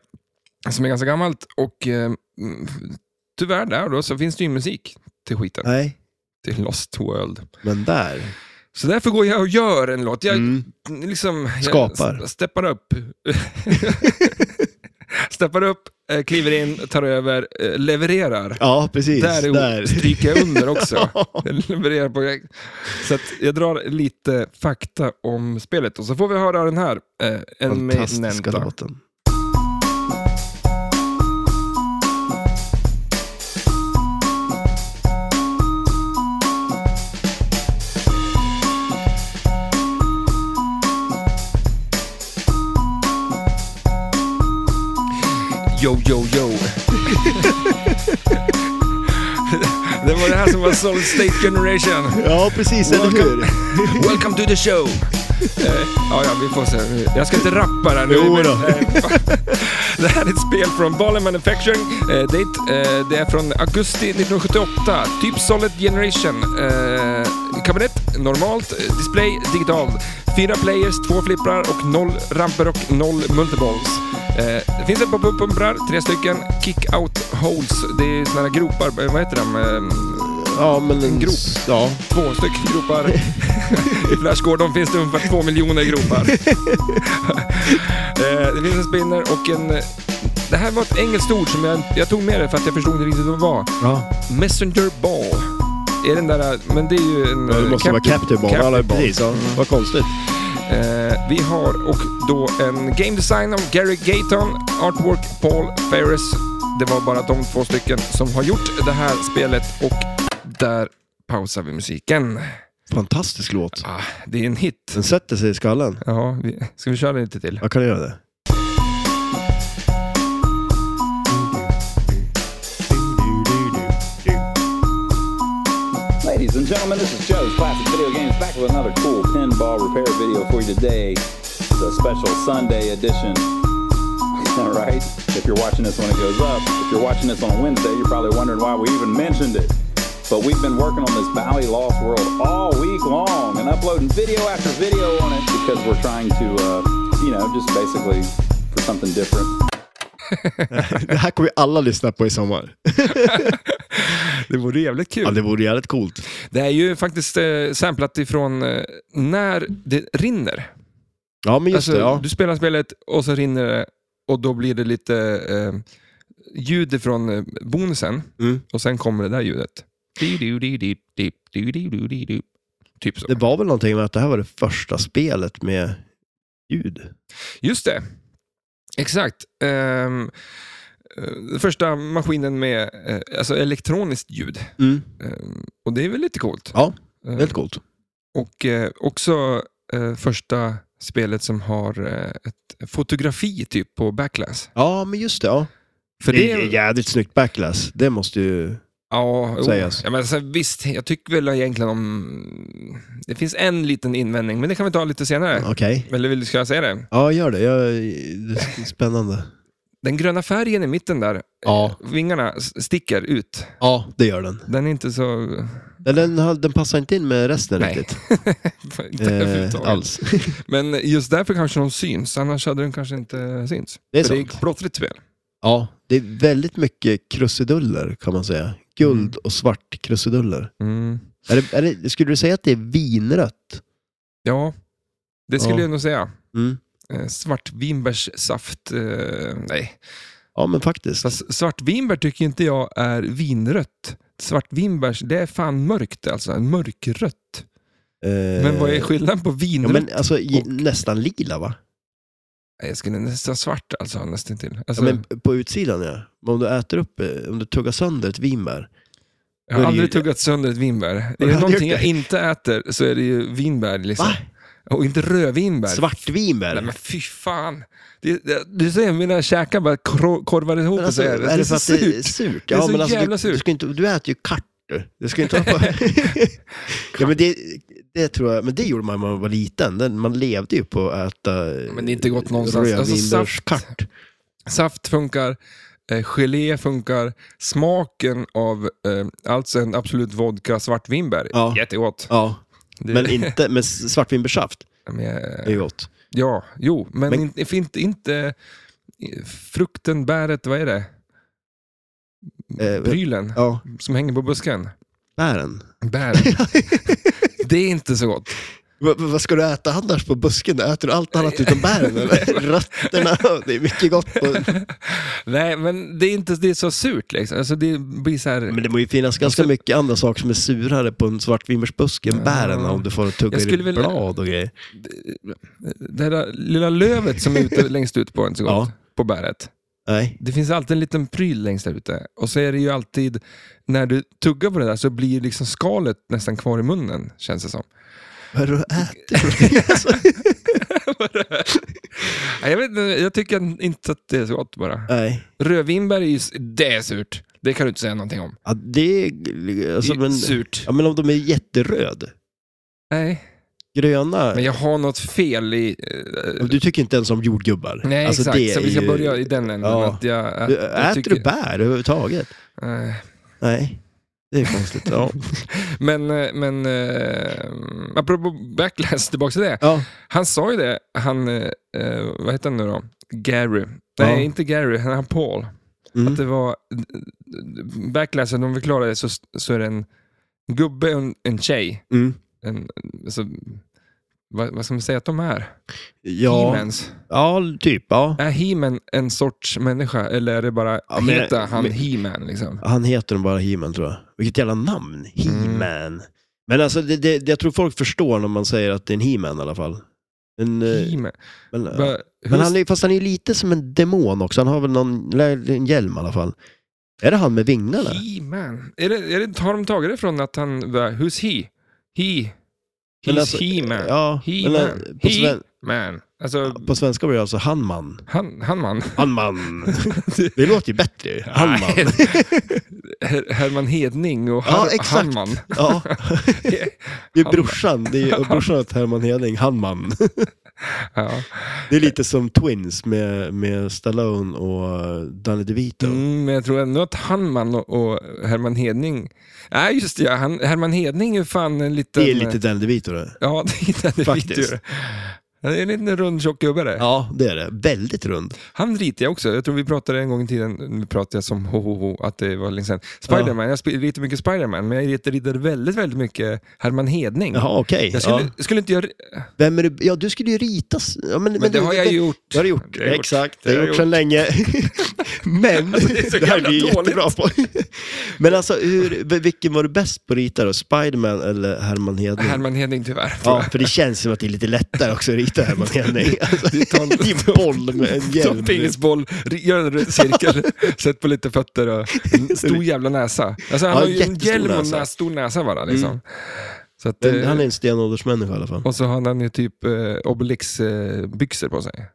S1: som är ganska gammalt och eh, mm, tyvärr där då så finns det ju musik till skiten,
S2: Nej,
S1: till Lost World.
S2: men där.
S1: Så därför går jag och gör en låt. Jag
S2: Mm.
S1: liksom... jag
S2: Skapar.
S1: s- steppar upp. steppar upp, eh, kliver in, tar över, eh, levererar.
S2: Ja, precis.
S1: där är,
S2: där.
S1: stryker jag under också.
S2: Ja.
S1: Jag levererar på... Så att jag drar lite fakta om spelet och så får vi höra den här. Eh, en
S2: Fantastiska
S1: Mainenta.
S2: låten.
S1: Yo, yo, yo. det var det här som var Solid State Generation.
S2: Ja, precis. Eller hur?
S1: Welcome to the show! Eh, ja, ja, vi får se. Jag ska inte rappa där nu.
S2: Jo
S1: men,
S2: då.
S1: eh, fan. det här är ett spel från Balen Manufacturing. Eh, det, är ett, eh, det är från augusti 1978. Typ Solid Generation. Eh, kabinett, normalt. eh, Display, digital. Fyra players, två flipprar och noll ramper och noll multiballs. Eh, det finns ett par pump- pumprar, tre stycken. Kick-out holes. Det är sådana här gropar. Eh, Vad heter de? Eh,
S2: Ja, men en
S1: grop.
S2: Ja.
S1: två stycken gropar. I Flash Gordon finns det ungefär två miljoner gropar. Eh, det finns en spinner och en... eh, Det här var ett engelskt ord som jag, jag tog med det för att jag förstod inte riktigt vad det var.
S2: ja.
S1: Messenger ball. Är den där... eh, Men det är ju en...
S2: Det
S1: eh,
S2: måste vara Captain Ball. Ja,
S1: Captain Ball.
S2: precis. Ja. Vad konstigt.
S1: Eh, vi har och då en game design av Gary Gayton, artwork Paul Ferris. Det var bara de två stycken som har gjort det här spelet och där pausar vi musiken.
S2: Fantastisk låt.
S1: Ah, det är en hit.
S2: Den sätter sig i skallen.
S1: Ja, vi, ska vi köra lite till?
S2: Jag kan göra det.
S3: Ladies and gentlemen, this is Joe's Classic Video Games back with another cool pinball repair video for you today. It's a special Sunday edition. All right? If you're watching this when it goes up, if you're watching this on a Wednesday, you're probably wondering why we even mentioned it. But we've been working on this Valley Lost World all week long and uploading video after video on it because we're trying to, uh, you know, just basically for something different.
S2: Det här kommer ju alla lyssna på i sommar.
S1: Det vore jävligt kul.
S2: Ja, det vore jävligt coolt.
S1: Det är ju faktiskt eh, samplat ifrån eh, när det rinner.
S2: Ja, men just
S1: Alltså,
S2: det. Ja.
S1: Du spelar spelet och så rinner det och då blir det lite eh, ljud från eh, bonusen
S2: Mm.
S1: och sen kommer det där ljudet. Du-du-di-di-di-di-du-du-di-di-du. Typ så.
S2: Det var väl någonting med att det här var det första spelet med ljud.
S1: Just det. Exakt. Ehm, eh, första maskinen med eh, alltså elektroniskt ljud.
S2: Mm.
S1: Ehm, och det är väl lite coolt.
S2: Ja,
S1: Ehm,
S2: väldigt coolt.
S1: Och eh, också eh, första spelet som har eh, ett fotografi typ på backlash.
S2: Ja, men just det. Ja.
S1: För
S2: det är jävligt snyggt backlash. Det måste ju...
S1: Ja, jo.
S2: sägas.
S1: ja men alltså, visst, jag tycker väl egentligen om... Det finns en liten invändning, men det kan vi ta lite senare.
S2: Okej.
S1: Eller vill du ska jag säga det?
S2: Ja, gör det. Jag... det är spännande.
S1: Den gröna färgen i mitten där,
S2: Ja.
S1: vingarna s- sticker ut.
S2: ja, det gör den.
S1: Den är inte så...
S2: Den, den, har- den passar inte in med resten
S1: Nej.
S2: riktigt.
S1: inte
S2: Eh,
S1: överhuvudtaget.
S2: alls.
S1: Men just därför kanske de syns, annars hade den kanske inte synts.
S2: Det är
S1: För det är
S2: sant.
S1: ett plottrigt spel.
S2: Ja, det är väldigt mycket krusiduller kan man säga. Guld och svart krusiduller.
S1: Mm.
S2: Är det, är det, skulle du säga att det är vinrött?
S1: Ja, det skulle
S2: Ja.
S1: jag nog säga.
S2: Mm.
S1: Eh, Svartvinbärssaft... Eh, nej,
S2: Ja, men faktiskt.
S1: Fast svartvinbär tycker inte jag är vinrött. Svartvinbär, det är fan mörkt alltså. Mörkrött. Men vad är skillnaden på
S2: Eh, Ja,
S1: vinrött?
S2: men alltså i,
S1: och-
S2: nästan lila va?
S1: Nej, Jag skulle nästan svart alltså, nästan till.
S2: Ja,
S1: Alltså,
S2: men på utsidan ja. Men om du äter upp, eh, om du tuggar sönder ett vinbär.
S1: jag har
S2: det är ju-
S1: aldrig tuggat sönder ett vinbär. Är
S2: du
S1: det
S2: gjort
S1: någonting jag
S2: det?
S1: inte äter så är det ju vinbär. Liksom. Och inte rödvinbär.
S2: Svartvinbär?
S1: Nej men fy fan. Det, det, du ser mina käkar bara kro- korvar ihop
S2: Men alltså,
S1: och så är
S2: är,
S1: det,
S2: det,
S1: det är
S2: för
S1: så
S2: att det är
S1: surt.
S2: surt?
S1: Det är så
S2: men alltså,
S1: jävla
S2: du, Du,
S1: surt.
S2: ska inte, du äter ju kartor. Du ska inte vara på... ja, men det, det tror jag, men det gjorde man när man var liten. Den- Man levde ju på att äta eh,
S1: Men det är inte gott någonstans. Alltså,
S2: rödvinbärskart.
S1: Saft funkar, eh, gelé funkar, smaken av eh, alltså en Absolut Vodka svartvinbär.
S2: Ja.
S1: Jättegott.
S2: Ja,
S1: Det,
S2: men inte men svartvinbärssaft
S1: men, eh,
S2: är ju gott.
S1: ja, jo, men,
S2: Men-
S1: inte, inte, inte eh, frukten, bäret, vad är det?
S2: Eh,
S1: Prylen
S2: Ja,
S1: som hänger på busken.
S2: bären.
S1: Bäret. det är inte så gott.
S2: Va- va- Vad ska du äta annars på busken? Äter du allt annat utom bären? Eller? Rötterna? Det är mycket gott. På...
S1: Nej, men det är inte det är så surt liksom. Alltså, det blir så här...
S2: Men det må ju finnas ganska
S1: Alltså-
S2: mycket andra saker som är surare på en svartvinbärsbuske än bären
S1: Ja.
S2: om du får tugga
S1: Jag
S2: i
S1: skulle
S2: väl...
S1: väl-
S2: blad och grejer.
S1: eh, Det där lilla lövet som är ute längst ut på är inte så gott.
S2: Ja.
S1: På bäret.
S2: Nej.
S1: Det finns alltid en liten pryl längst där ute. Och så är det ju alltid, när du tuggar på det där så blir liksom skalet nästan kvar i munnen, känns det som.
S2: Vad är det du äter? Alltså,
S1: Nej, jag, vet, inte, jag tycker inte att det är så gott bara.
S2: Nej.
S1: Rödvinbär, är ju, s- det är surt. Det kan du inte säga någonting om.
S2: Ja, det är...
S1: Det
S2: Alltså,
S1: är
S2: men...
S1: surt.
S2: Ja, men om de är jätteröd.
S1: Nej,
S2: Gröna.
S1: men jag har något fel i... eh,
S2: Du tycker inte ens om jordgubbar.
S1: nej,
S2: Alltså,
S1: exakt.
S2: det
S1: Så
S2: är
S1: vi ska
S2: ju-
S1: börja i den änden.
S2: Ja.
S1: Att jag, att
S2: Du,
S1: jag
S2: äter
S1: tycker-
S2: du bär överhuvudtaget?
S1: Nej.
S2: Nej. Det är konstigt. Ja.
S1: Men, eh, men eh, apropå backlash, tillbaka till det.
S2: ja.
S1: Han sa ju det, han, eh, eh, vad heter han nu då? Gary. Nej,
S2: Ja.
S1: inte Gary, han han Paul.
S2: Mm.
S1: Att det var, backlashen, om vi klarar det så, så är det en gubbe och en, en tjej.
S2: Mm.
S1: En, alltså, vad, vad ska man säga att de är?
S2: Ja.
S1: He-mans.
S2: ja, typ. Ja.
S1: Är He-Man en sorts människa eller är det bara,
S2: Ja, men-
S1: heter han
S2: men-
S1: He-Man liksom?
S2: Han heter nog bara He-Man tror jag. Vilket jävla namn!
S1: Mm.
S2: He-Man. Men alltså, det, det, det- jag tror folk förstår när man säger att det är en He-Man i alla fall. En, eh,
S1: He-Man.
S2: men, ja.
S1: Va-
S2: men
S1: hur-
S2: han är, fast han är ju lite som en demon också. Han har väl någon lä- en hjälm i alla fall. Är det han med vingarna?
S1: He-Man. Är det, är det, har de tagit det från att han, va, who's he? He.
S2: Men
S1: He's
S2: alltså,
S1: He-Man.
S2: Ja,
S1: He-Man.
S2: men, eh, på
S1: He-
S2: sven-
S1: Man. Alltså,
S2: På svenska blir det alltså Hanman.
S1: han, han man.
S2: Hanman. Det låter ju bättre. Hanman.
S1: Her- Herman Hedning och
S2: Ja,
S1: Har-
S2: exakt.
S1: Hanman.
S2: Ja, det är brorsan. Det är och brorsan åt Herman Hedning, Hanman.
S1: ja.
S2: Det är lite som Twins med, med Stallone och eh, Danny DeVito.
S1: mm, men jag tror ändå att Hanman och, och Herman Hedning... Nej, just det. Ja, han, Herman Hedning är fan en liten...
S2: Det är lite Danny DeVito det.
S1: Ja, det är den
S2: Faktiskt.
S1: Faktiskt. Han är en liten rund tjock gubbe där.
S2: Ja, det är det. Väldigt rund.
S1: Han ritar jag också. Jag tror vi pratade en gång i tiden, nu pratar jag som HHH, att det var länge sedan. Spiderman, jag sp- ritar mycket Spiderman, men jag ritar- ritade väldigt, väldigt mycket Herman Hedning.
S2: Jaha, okej.
S1: Jag skulle,
S2: Ja.
S1: skulle inte göra...
S2: Vem är du? Ja, du skulle ju ritas. Ja, men,
S1: Men det har jag gjort.
S2: Det har du gjort.
S1: Det har jag
S2: Exakt,
S1: gjort.
S2: det har jag gjort sedan länge. men,
S1: Alltså, det är så jävla
S2: vi
S1: dåligt.
S2: jättebra på. men alltså, hur, v- vilken var du bäst på att rita då? Spiderman eller Herman Hedning?
S1: Herman Hedning tyvärr. tror
S2: Mm. Ja, för det känns som att det är lite lättare också att rita Herman Hedning. Alltså,
S1: Det tar-
S2: det är en boll med en
S1: jag. Ta
S2: hjälm.
S1: en pingisboll, ri- gör en rund cirkel, sätt på lite fötter och en stor jävla näsa. Alltså, han
S2: Ja,
S1: har ju en
S2: jättestor
S1: hjälm och en
S2: näsa. Mm.
S1: nä- stor näsa bara. Liksom. Så att,
S2: Men Han är
S1: eh,
S2: en stenåldersmänniska i alla fall.
S1: Och så har han ju typ eh, Obelix-byxor på sig.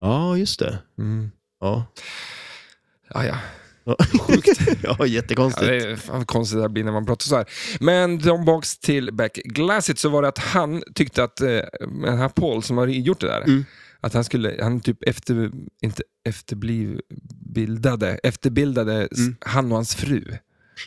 S2: Ja, just det.
S1: Mm.
S2: Ja,
S1: Ah, ja.
S2: Ja.
S1: Sjukt.
S2: ja
S1: Ja, det
S2: jättekonstigt.
S1: är fan vad konstigt det här blir när man pratar så här. Men tillbaks till Back Glassit så var det att han tyckte att eh, den här Paul som har gjort det där,
S2: Mm.
S1: att han skulle, han typ efter, inte efterbildade, efterbildade s-
S2: Mm.
S1: han och hans fru.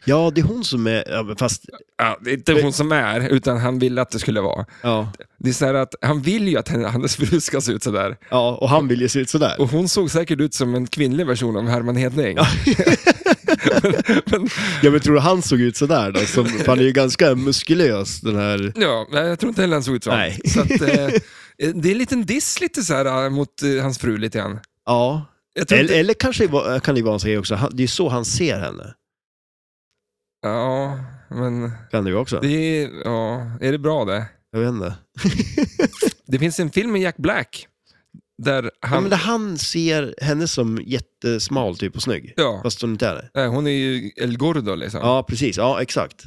S2: Ja, det är hon som är... Ja, men fast...
S1: Ja, det är inte hon som är, utan han ville att det skulle vara.
S2: Ja.
S1: Det är så här att han vill ju att henne- hans fru ska se ut sådär.
S2: ja, och han vill ju se ut sådär.
S1: Och hon såg säkert ut som en kvinnlig version av Herman Hedning. men, men,
S2: Ja, men tror du han såg ut sådär då? Som, för han är ju ganska muskulös den här...
S1: Ja, nej, jag tror inte heller han såg ut så.
S2: Nej.
S1: så att, eh, det är en liten diss lite så här, eh, mot eh, hans fru lite grann.
S2: Ja.
S1: Jag tror
S2: Eller,
S1: inte,
S2: eller kanske var- kan det vara så här också, han- det är ju så han ser henne.
S1: ja, men
S2: Kan det ju också.
S1: det är, ja, är det bra det?
S2: Jag vet inte.
S1: Det finns en film med Jack Black där
S2: Ja,
S1: han...
S2: men där han ser henne som jättesmal typ och snygg.
S1: ja,
S2: Fast hon inte är det.
S1: nej, hon är ju El Gordo liksom.
S2: Ja, precis. Ja, exakt.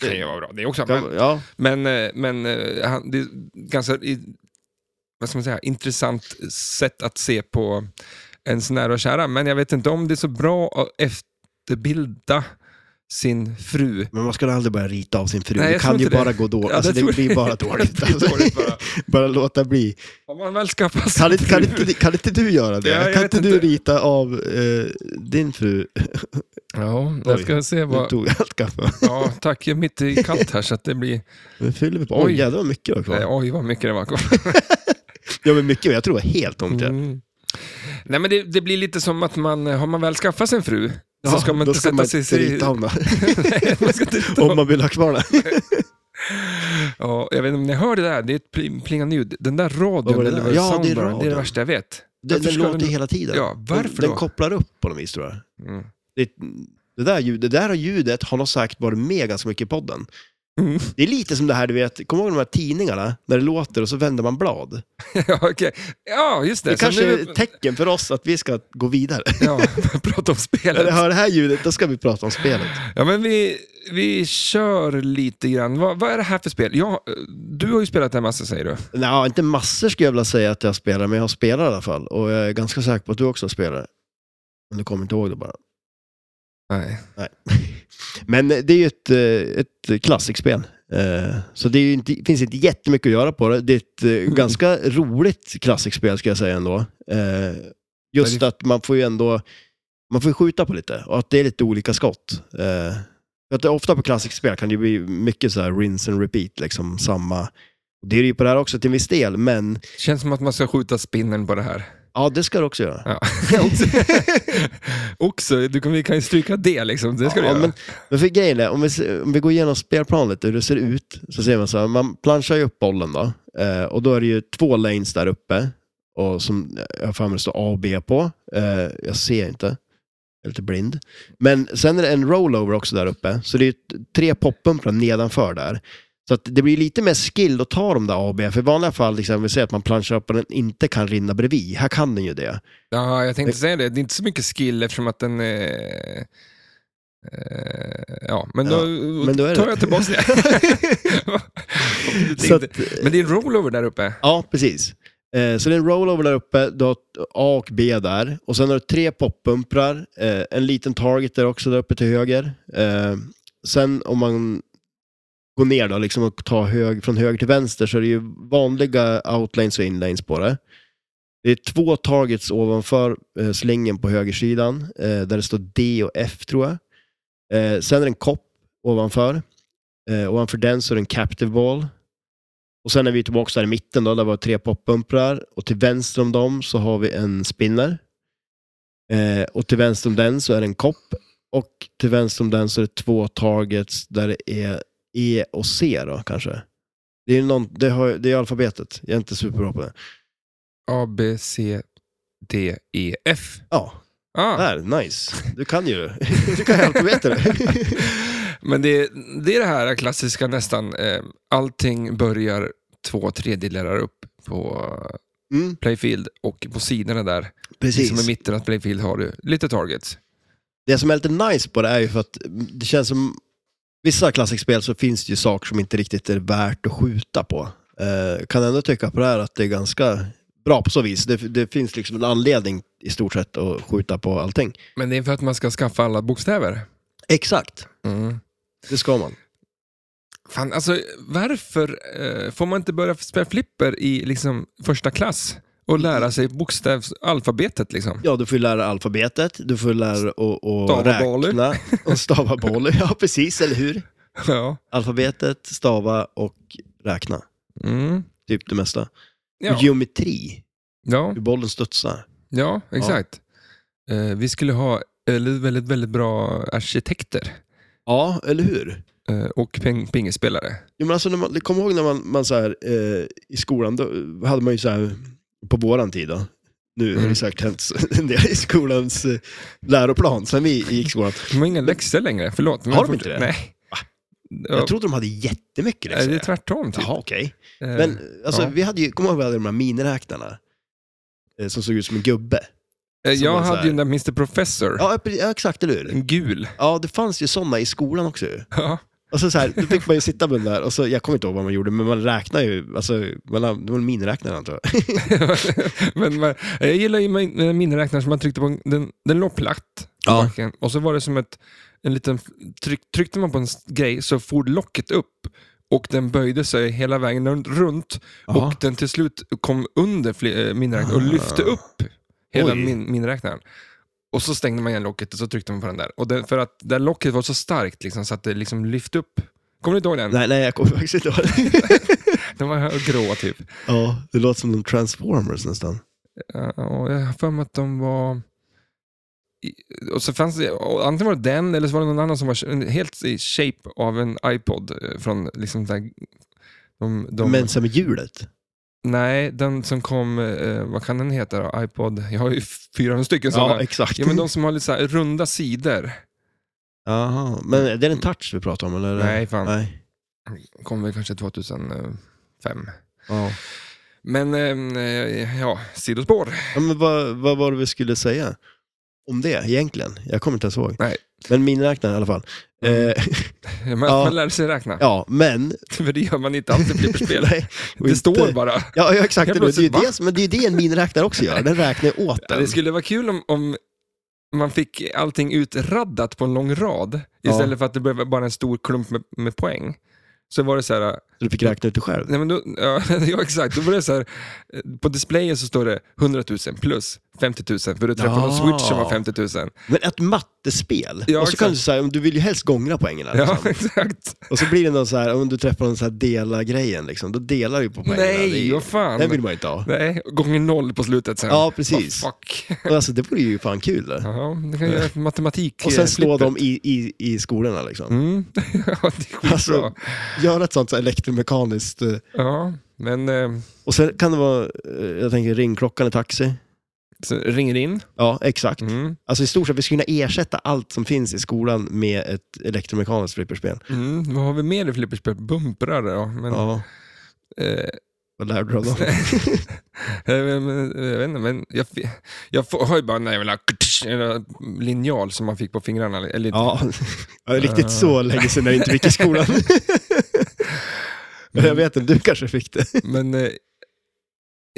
S1: Det kan ju vara bra det också. Men,
S2: Kan, ja.
S1: men, eh, men eh, han, det är ganska i- vad ska man säga, intressant sätt att se på ens nära och kära. Men jag vet inte om det är så bra att efterbilda sin fru
S2: Men man ska aldrig börja rita av sin fru.
S1: Nej, jag
S2: det
S1: tror
S2: kan ju
S1: inte det.
S2: bara gå dåligt.
S1: Ja,
S2: Alltså,
S1: det tror
S2: det blir
S1: jag.
S2: bara dåligt.
S1: Det är
S2: Alltså,
S1: dåligt bara.
S2: bara låta bli.
S1: Har man väl skaffat
S2: Kan
S1: sin
S2: inte, kan,
S1: fru?
S2: inte, kan inte du göra det?
S1: Ja, jag
S2: kan
S1: vet
S2: inte du
S1: inte.
S2: rita av eh, din fru?
S1: Ja, jag
S2: Oj.
S1: ska se
S2: Du
S1: vad...
S2: tog allt kaffe.
S1: Ja, tack. Jag är mitt i kallt här så att det blir...
S2: Nu fyller vi på. Oj,
S1: Oj.
S2: jävlar vad mycket det var kvar.
S1: Nej, oj, vad mycket det var kvar.
S2: Ja, men mycket. Jag tror det var helt tomt. ja.
S1: Mm. Nej, men det, det blir lite som att man... Har man väl skaffat sig en fru
S2: Ja,
S1: så ska man
S2: då
S1: inte sätta sig...
S2: inte rita
S1: sig...
S2: om det.
S1: Nej, man ska inte rita
S2: Om
S1: om.
S2: man vill ha kvar det.
S1: Ja, jag vet inte om ni hör det där. Det är ett pling- plingande ljud. Den där
S2: Vad var
S1: radion,
S2: det
S1: eller
S2: där?
S1: vad
S2: Ja, det är
S1: soundbaren, det, är det
S2: radion.
S1: värsta jag vet.
S2: Den,
S1: Varför
S2: den
S1: ska
S2: låter
S1: den-
S2: hela tiden.
S1: Ja, varför
S2: den, den
S1: då?
S2: kopplar upp på något vis tror jag.
S1: Mm.
S2: Det, det, där ljud, det där ljudet har nog sagt varit med ganska mycket i podden.
S1: Mm.
S2: Det är lite som det här, du vet, kommer du ihåg de här tidningarna? När det låter och så vänder man blad.
S1: Ja, okej. Ja, just det.
S2: Det
S1: Så
S2: kanske är
S1: nu,
S2: ett tecken för oss att vi ska gå vidare.
S1: ja, prata om
S2: När du
S1: spelet.
S2: hör det här ljudet, då ska vi prata om spelet.
S1: Ja, men vi, vi kör lite grann. Vad, vad är det här för spel? Ja, du har ju spelat det här massa, säger du.
S2: Nej, inte massor skulle jag vilja säga att jag spelar, men jag spelar i alla fall. Och jag är ganska säker på att du också spelar. Men du kommer inte ihåg det bara.
S1: Nej.
S2: Men det är ju ett, eh, ett klassikspel. Eh, Så det är ju inte, finns inte jättemycket att göra på det. Det är ett eh, ganska roligt klassikspel ska jag säga ändå. Eh, Just
S1: Men det-
S2: att man får ju ändå man får ju skjuta på lite och att det är lite olika skott. Eh, För att det, ofta på klassikspel kan det ju bli mycket så här rinse and repeat, liksom samma. Det är det ju på det här också till en viss del, men
S1: Känns som att man ska skjuta spinnen på det här.
S2: ja, det ska du också göra.
S1: Ja. Också, du kan, vi kan ju stryka det liksom. Det ska
S2: Ja,
S1: du göra.
S2: Men, men för grejen är, om vi, se- om vi går igenom spelplanen lite, hur det ser ut, så ser man så här, man planchar ju upp bollen då, eh, och då är det ju två lanes där uppe, och som jag har för mig det står A och B på. Eh, jag ser inte, jag är lite blind. Men sen är det en rollover också där uppe, så det är ju t- tre poppumprar nedanför där. Så att det blir lite mer skill att ta de där A och B, för i vanliga fall, liksom, vi säger att man planchar upp och den inte kan rinna bredvid, här kan den ju det.
S1: Ja, jag tänkte säga det. Det är inte så mycket skill eftersom att den... Eh, Eh, ja, men
S2: Ja,
S1: då,
S2: men då är
S1: tar
S2: det.
S1: jag tillbaka det.
S2: Så att,
S1: men det är en rollover där uppe.
S2: Ja, precis. Eh, så det är en rollover där uppe, du har ett A och B där. Och sen har du tre poppumprar, eh, en liten target där också, där uppe till höger. Eh, sen om man går ner då, liksom och tar hög, från höger till vänster så är det ju vanliga outlanes och inlanes på det. Det är två targets ovanför eh, slingen på högersidan, eh, där det står D och F tror jag. Eh, sen är det en kopp ovanför. Eh, ovanför den så är det en captive ball. Och sen är vi tillbaka där i mitten då, där vi har tre poppumprar. Och till vänster om dem så har vi en spinner. Eh, och till vänster om den så är det en kopp. Och till vänster om den så är det två targets där det är E och C då kanske. Det är, någon, det har, det är alfabetet, jag är inte superbra på det.
S1: A, B, C, D, E, F.
S2: Ja,
S1: Ah.
S2: där, nice. Du kan ju, du kan ju alfabetet.
S1: Men det, det är det här klassiska nästan. Eh, allting börjar två tredjedelar upp på
S2: Mm,
S1: playfield och på sidorna där. Som i
S2: precis.
S1: mitten av playfield har du lite targets.
S2: Det som är lite nice på det är ju för att det känns som vissa klassikspel så finns det ju saker som inte riktigt är värt att skjuta på. Eh, kan ändå tycka på det här att det är ganska bra på så vis. Det, det finns liksom en anledning i stort sett att skjuta på allting.
S1: Men det är för att man ska skaffa alla bokstäver.
S2: Exakt,
S1: Mm.
S2: det ska man.
S1: Fan, alltså, varför eh, får man inte börja spela flipper i liksom, första klass och lära sig bokstavsalfabetet? Liksom?
S2: Ja, du får ju lära alfabetet, du får lära dig att att
S1: Stava bolly.
S2: räkna och stava bolly. Ja, precis, eller hur?
S1: Ja.
S2: Alfabetet, stava och räkna.
S1: Mm.
S2: Typ det mesta. Och
S1: Ja.
S2: geometri,
S1: Ja,
S2: hur bollen studsar.
S1: ja, exakt. Eh, vi skulle ha eh, väldigt, väldigt bra arkitekter
S2: Ja, eller hur?
S1: eh, och ping pingespelare.
S2: Jo, men alltså, när man, kom ihåg när man, man så här, eh, i skolan, då hade man ju så här, på våran tid då, nu har
S1: Mm.
S2: det säkert hänt en del i skolans eh, läroplan sen vi gick i skolan.
S1: De har inga läxor längre, förlåt. Men
S2: Har de
S1: fort-
S2: inte det?
S1: Nej. Ja,
S2: Jag trodde de hade jättemycket
S1: eh,
S2: läxor.
S1: det är tvärtom. Typ.
S2: Jaha, okej.
S1: Eh,
S2: Men alltså,
S1: ja.
S2: vi hade ju, kom ihåg vi hade de här miniräknarna eh, som såg ut som en gubbe.
S1: eh,
S2: som
S1: jag
S2: var så
S1: hade
S2: här-
S1: ju den där Mr. Professor,
S2: Ja, pre- ja exakt, eller hur?
S1: en gul.
S2: Ja, det fanns ju sådana i skolan också ju.
S1: Ja.
S2: Och så, så här, då fick man ju sitta med den där, och så, jag kommer inte ihåg vad man gjorde, men man räknar ju, alltså, man, det var en miniräknare antar jag.
S1: men, men, jag gillar ju min- eh, miniräknaren som man tryckte på, en- den, den låg platt. på
S2: Ja.
S1: backen. Och så var det som ett, en liten, tryck, tryckte man på en s- grej så for locket upp och den böjde sig hela vägen runt- runt och den till slut kom under fli- eh, miniräknaren och
S2: Ah.
S1: lyfte upp hela
S2: Oj.
S1: min, miniräknaren. Och så stängde man igen locket och så tryckte man på den där. Och den, för att det där locket var så starkt liksom, så att det liksom lyfte upp. Kommer du inte ihåg den?
S2: Nej, nej, jag kommer faktiskt inte ihåg.
S1: Den var grå typ.
S2: Ja, det låter som de Transformers nästan.
S1: Ja, och jag har för mig att de var... i- Och så fanns det, och antingen var det den eller så var det någon annan som var en- helt i shape av en iPod. eh, Från liksom där, de, de,
S2: Men som är hjulet.
S1: Nej, den som kom, eh, vad kan den heta då? iPod? Jag har ju fyra stycken sådana.
S2: exakt.
S1: Ja, men de som har lite så här runda sidor.
S2: Jaha, men är det en touch vi pratar om eller?
S1: Nej, fan.
S2: Nej.
S1: Kom väl kanske 2005.
S2: Ja.
S1: Men, ehm, eh, ja, sidospår.
S2: Ja, men vad, vad var det vi skulle säga om det egentligen? Jag kommer inte ens ihåg.
S1: Nej.
S2: Men miniräknaren i alla fall.
S1: Mm.
S2: Eh,
S1: Man,
S2: Ja.
S1: man lär sig räkna.
S2: ja, men...
S1: För det gör man inte alls i flipperspel.
S2: Nej, och
S1: det
S2: inte-
S1: står bara.
S2: Ja, ja exakt.
S1: Helt
S2: Det, det är ju
S1: plötsligt, va?
S2: det, som- men det är ju det en miniräknare också gör. Den räknar ju åt
S1: Ja,
S2: den.
S1: det skulle vara kul om, om man fick allting utraddat på en lång rad istället för att det blev bara en stor klump med, med poäng. Så var det så här,
S2: Så Du fick räkna ut det själv.
S1: nej men då, ja, ja exakt, då var det så här, eh, på displayen så står det 100 000 plus 50 000 för du träffade
S2: Ja.
S1: på switch som var 50 000.
S2: Men ett mattespel.
S1: Ja,
S2: och så kan
S1: exakt.
S2: du säga, du vill ju helst gångra poängerna. liksom.
S1: Ja, exakt.
S2: Och så blir det någon så här, om du träffar någon så här dela-grejen, liksom, då delar du på poängen.
S1: Nej, vad
S2: det, den vill
S1: fan.
S2: man inte ha.
S1: Nej, gånger noll på slutet sen.
S2: Ja, precis.
S1: Oh, fuck.
S2: Och Alltså, det vore ju fan kul. Det.
S1: Ja, det kan göra matematik.
S2: Och
S1: eh,
S2: sen slå
S1: flipper.
S2: dem i, i, i skolorna. Liksom.
S1: Mm. ja, det är skitbra.
S2: Alltså- Göra ett sånt så här elektromekaniskt. eh,
S1: Ja, men eh,
S2: Och sen kan det vara, eh, jag tänker ringklockan i taxi.
S1: så ringer in.
S2: Ja, exakt.
S1: Mm.
S2: Alltså i stort sett, vi skulle kunna ersätta allt som finns i skolan med ett elektromekaniskt flipperspel.
S1: Mm, vad har vi mer i flipperspel? Bumprar då? Men,
S2: Ja.
S1: eh,
S2: Vad lärde du honom?
S1: Jag vet- jag vet inte, men jag, fi- jag får- har ju bara den där jävla en linjal som man fick på fingrarna. Eller,
S2: ja. ja, riktigt så länge sedan när jag inte gick i skolan. Men jag vet inte, du kanske fick det.
S1: Men eh,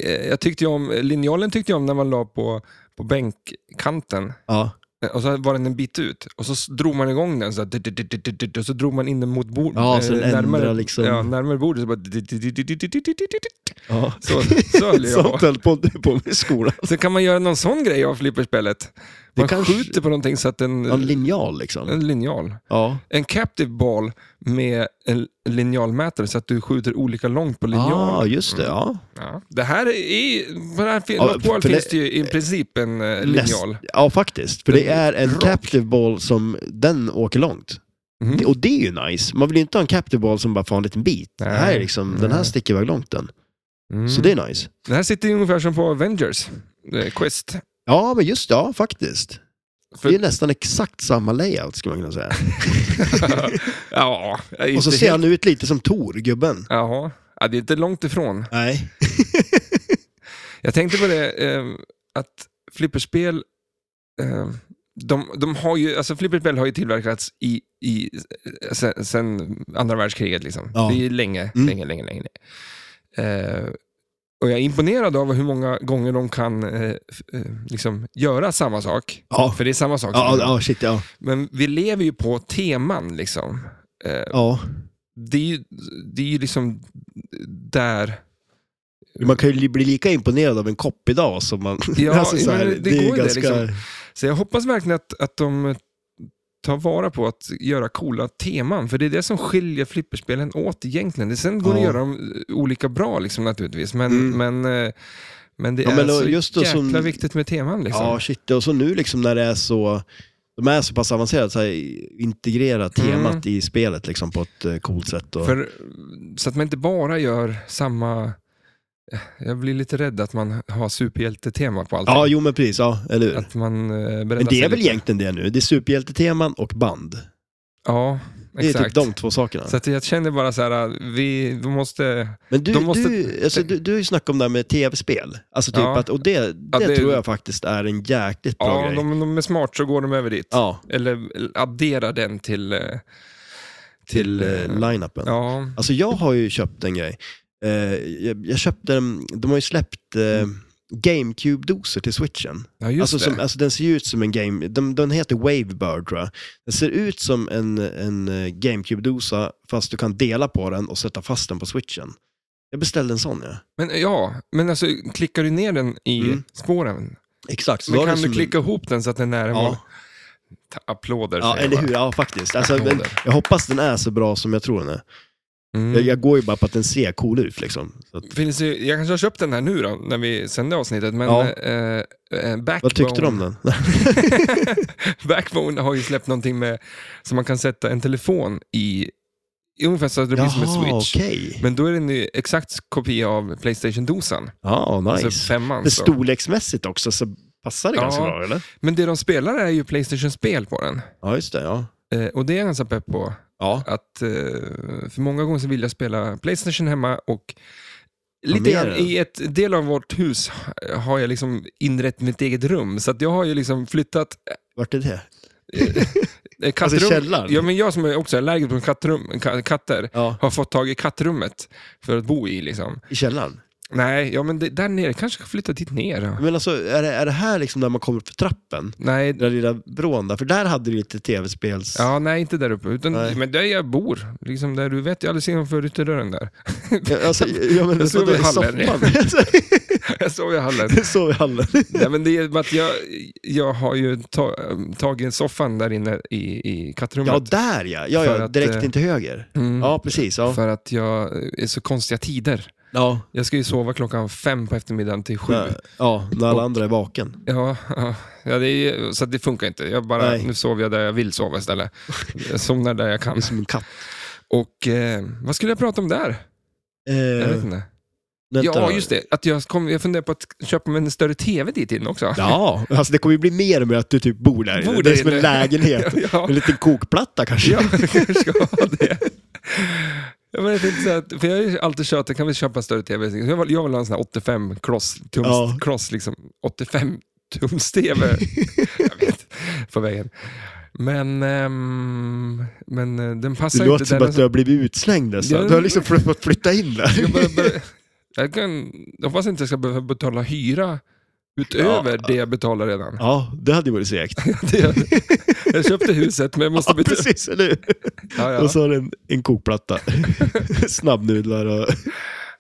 S1: eh, jag tyckte ju om, linjalen tyckte jag om när man la på, på bänkkanten.
S2: Ja,
S1: Eh, Och så var den en bit ut och så s- drog man igång den så här, dit, dit, dit, dit, dit, dit, och så drog man in den mot bordet.
S2: Ja, så den ändrar liksom-
S1: Ja, närmare bordet så bara... dit, dit, dit, dit, dit, dit, dit, dit, dit.
S2: ja.
S1: Så, så höll jag på.
S2: Sånt höll på, du på med i skolan.
S1: Så kan man göra någon sån grej av flipperspelet. Man
S2: kanske-
S1: skjuter på någonting så att den...
S2: En linjal liksom.
S1: En linjal.
S2: Ja.
S1: En captive ball med en linjalmätare så att du skjuter olika långt på linjal. Mm.
S2: Ja, Ah, just det. Ja.
S1: Ja. Det här är... På den här fi-
S2: Ja,
S1: Lost World
S2: för det-
S1: finns det ju i princip en eh,
S2: Näst-
S1: linjal.
S2: Ja, faktiskt. För det är en
S1: Rak.
S2: captive ball som den åker långt.
S1: Mhm.
S2: Det- Och det är ju nice. Man vill ju inte ha en captive ball som bara får en liten bit. Det här är liksom, den här
S1: Nej.
S2: sticker iväg långt den.
S1: Mm.
S2: Så det är nice.
S1: Det här sitter ju ungefär som på Avengers eh, Quest.
S2: Ja, men just det, ja, faktiskt.
S1: För-
S2: Det är nästan exakt samma layout skulle man kunna säga.
S1: ja, inte
S2: Och så ser han ut lite som Tor, gubben.
S1: Jaha. Ja, det är inte långt ifrån.
S2: Nej.
S1: Jag tänkte på det, eh, att flipperspel, eh, de, de har ju, alltså flipperspel har ju tillverkats i, i, eh, sen, sen andra världskriget. Liksom.
S2: Ja.
S1: Det är ju länge,
S2: Mm.
S1: länge, länge, länge. Eh, och jag är imponerad av hur många gånger de kan eh, f- eh, liksom göra samma sak.
S2: Ja,
S1: För det är samma sak. som
S2: ja,
S1: de gör.
S2: ja shit ja.
S1: Men vi lever ju på teman. liksom. Eh,
S2: ja.
S1: det är ju, det är ju liksom där...
S2: Man kan ju bli lika imponerad av en kopp idag som man... alltså,
S1: Ja,
S2: så
S1: men
S2: här,
S1: det- det
S2: är
S1: går ju det, liksom. Så jag hoppas verkligen att, att de tar vara på att göra coola teman, för det är det som skiljer flipperspelen åt egentligen. Det- Sen går det
S2: Ja.
S1: att göra dem olika bra liksom, naturligtvis, men,
S2: Mm.
S1: men, eh, men det
S2: Ja,
S1: är
S2: men
S1: så
S2: just då
S1: jäkla
S2: som-
S1: viktigt med teman. Liksom.
S2: Ja, shit. Och så nu liksom när det är så... De är så pass avancerade, så här, integrera temat
S1: Mm.
S2: i spelet liksom på ett eh, coolt sätt. Och...
S1: För, så att man inte bara gör samma... eh, Jag blir lite rädd att man har superhjältetema på allt.
S2: Ja, jo men precis. Ja, eller hur?
S1: Att man eh,
S2: Men
S1: breddar
S2: det
S1: sig
S2: är väl
S1: lite.
S2: egentligen det nu. Det är superhjälteteman och band.
S1: Ja,
S2: Det är
S1: exakt.
S2: typ de två sakerna.
S1: Så att jag känner bara så här, vi, vi måste...
S2: Men du,
S1: De måste-
S2: du, alltså, du, du har ju snackat om det här med tv-spel. Alltså typ
S1: Ja.
S2: att, och det, det,
S1: det-
S2: tror jag faktiskt är en jäkligt bra
S1: Ja,
S2: grej.
S1: de, de är smart så går de över dit.
S2: Ja,
S1: Eller adderar den till... eh,
S2: till eh, line-upen.
S1: Ja,
S2: Alltså jag har ju köpt en grej. Eh, jag, jag köpte en, de har ju släppt eh,
S1: Mm.
S2: GameCube-doser till switchen.
S1: ja just
S2: Alltså,
S1: det.
S2: som, alltså den ser ju ut som en game, de, den heter Wavebird tror jag. Den ser ut som en, en eh, GameCube-dosa fast du kan dela på den och sätta fast den på switchen. Jag beställde en sån ja.
S1: Men ja, men alltså klickar du ner den i
S2: Mm.
S1: spåren,
S2: Exakt. så
S1: men
S2: har
S1: kan
S2: den
S1: du
S2: som-
S1: klicka ihop den så att den är en
S2: Ja,
S1: ta- applåder?
S2: ja
S1: säger jag
S2: eller
S1: bara.
S2: hur, ja faktiskt. Alltså,
S1: Applåder.
S2: men, jag hoppas den är så bra som jag tror den är.
S1: Mm.
S2: Jag, jag går ju bara på att den ser cool ut liksom. Så att,
S1: Finns det, jag kanske har köpt den här nu då, när vi sände avsnittet, men
S2: Ja.
S1: eh, eh, Backbone,
S2: vad tyckte du om den?
S1: Backbone har ju släppt någonting med, som man kan sätta en telefon i, ungefär så att det blir som ett
S2: Jaha,
S1: switch.
S2: okej.
S1: Men då är den ju exakt kopia av Playstation-dosan.
S2: Ja, nice.
S1: Alltså femman.
S2: Men
S1: så.
S2: storleksmässigt också så passar det
S1: Ja.
S2: ganska bra, eller?
S1: Men det de spelar är ju Playstation-spel på den.
S2: Ja, just det. Ja.
S1: Eh, och det är jag ganska pepp på.
S2: Ja.
S1: Att, eh, för många gånger så vill jag spela Playstation hemma och lite
S2: mer
S1: grann
S2: än.
S1: i ett del av vårt hus har jag liksom inrett mitt eget rum. Så att jag har ju liksom flyttat
S2: Vart är det?
S1: eh, kattrum.
S2: Alltså källaren?
S1: ja, men jag som är också allergisk mot kattrum, ka- katter
S2: Ja,
S1: har fått tag i kattrummet för att bo i. Liksom.
S2: i källaren.
S1: Nej, ja, men det, där nere kanske ska flytta dit ner. då.
S2: Men alltså, är det, är det här liksom när man kommer upp för trappen?
S1: Nej,
S2: Den där lilla brån där? För där hade du lite tv-spels...
S1: Ja, nej, inte där uppe. Utan,
S2: Nej.
S1: men där jag bor. Liksom där du vet, jag har aldrig sett honom förut i dörren där.
S2: Ja, Alltså, ja, men,
S1: Jag sov
S2: vadå,
S1: i hallen.
S2: soffan? Alltså,
S1: jag sov i hallen.
S2: jag sov i hallen.
S1: nej, men det är bara att jag, jag har ju ta, tagit soffan där inne i, i kattrummet.
S2: Ja, där ja. Ja,
S1: För
S2: ja
S1: att,
S2: direkt
S1: eh,
S2: in till höger.
S1: Mm.
S2: Ja, precis. Ja.
S1: För att jag eh, är så konstiga tider.
S2: Ja.
S1: Jag ska ju sova klockan fem på eftermiddagen till sju.
S2: När, ja, när alla andra är vaken.
S1: Ja, ja, ja det är, ju- så att det funkar inte. Jag bara,
S2: Nej.
S1: nu sover jag där jag vill sova istället. Jag somnar där jag
S2: Det
S1: kan.
S2: är som en katt.
S1: Och eh, vad skulle jag prata om där?
S2: Eh,
S1: Jag vet inte.
S2: vänta
S1: Ja,
S2: då.
S1: just det. Att jag, kom, jag funderar på att köpa mig en större TV dit in också.
S2: Ja, alltså det kommer ju bli mer och mer att du typ bor där.
S1: Bor där
S2: inne. det är som en
S1: inne.
S2: lägenhet.
S1: ja,
S2: En liten kokplatta kanske.
S1: ja, jag kanske ska ha det. Jag vet inte, så att, för jag har ju alltid tjatat, kan vi köpa större tv? Så Jag vill, jag vill ha en sån här 85 cross, tums,
S2: Ja.
S1: cross liksom, 85 tums tv. jag vet, på vägen. Men, ehm, men eh, den
S2: Det
S1: passar
S2: låter
S1: inte.
S2: som
S1: Den är
S2: att du har blivit utslängd nästan.
S1: Ja.
S2: Du har liksom fått fått flytta in där.
S1: så- jag, bör- bör- jag, kan, jag hoppas inte jag ska behöva betala hyra utöver det jag betalar redan.
S2: Ja, det hade ju varit segt.
S1: Det, jag köpte huset men jag måste
S2: Ja,
S1: betala.
S2: precis, eller hur?
S1: Ja, ja.
S2: Och så har du en, en kokplatta. Snabbnudlar och...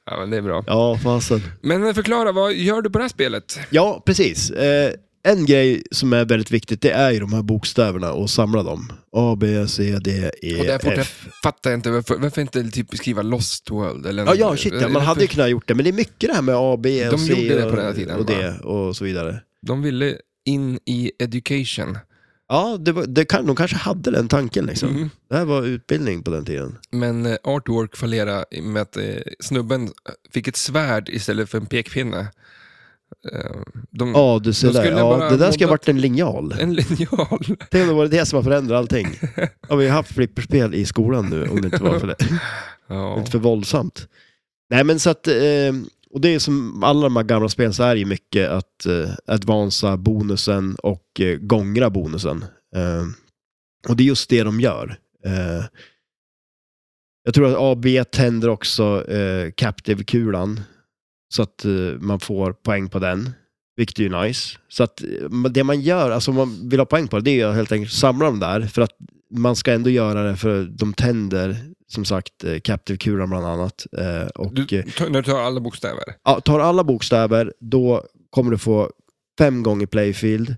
S1: ja, men det är bra.
S2: Ja, fasen.
S1: Men eh, förklara, vad gör du på det här spelet?
S2: Ja, precis. Eh, en grej som är väldigt viktigt, det är ju de här bokstäverna och samla dem. A, B, C, D,
S1: Och
S2: E,
S1: där fort jag
S2: F.
S1: fattar jag inte, varför, varför inte typ skriva Lost World? Eller
S2: Ja, ja, shit, ja, man hade ju kunnat gjort det, men det är mycket det här med A, B och
S1: De
S2: C
S1: gjorde det
S2: och,
S1: på den här tiden,
S2: och D och så vidare.
S1: De ville in i education.
S2: Ja, det var, det kan, de kanske hade den tanken liksom.
S1: Mm.
S2: Det här var utbildning på den tiden.
S1: Men eh, artwork fallerade i och med att eh, snubben fick ett svärd istället för en pekpinne. Eh, de,
S2: Ja, du ser
S1: De
S2: där.
S1: skulle
S2: E. Ja,
S1: bara
S2: det där ska ha
S1: moddat-
S2: varit en linjal.
S1: En linjal.
S2: Tänk om det var det som har förändrat allting. Ja, vi har haft flipperspel i skolan nu, om det inte var för det.
S1: Ja.
S2: Inte för våldsamt. Nej, men så att... Eh, och det är som alla de här gamla spelen så är det ju mycket att eh, advansa bonusen och eh, gångra bonusen. Eh, och det är just det de gör. Eh, jag tror att AB tänder också eh, Captive-kulan. Så att eh, man får poäng på den. Vilket är ju nice. Så att eh, det man gör, alltså om man vill ha poäng på det, det är ju helt enkelt att samla dem där. För att man ska ändå göra det för de tänder, som sagt, eh, Captive-kulan bland annat. Eh, och,
S1: Du,
S2: eh,
S1: ta- när du tar alla bokstäver.
S2: ja, tar alla bokstäver, då kommer du få fem gånger playfield.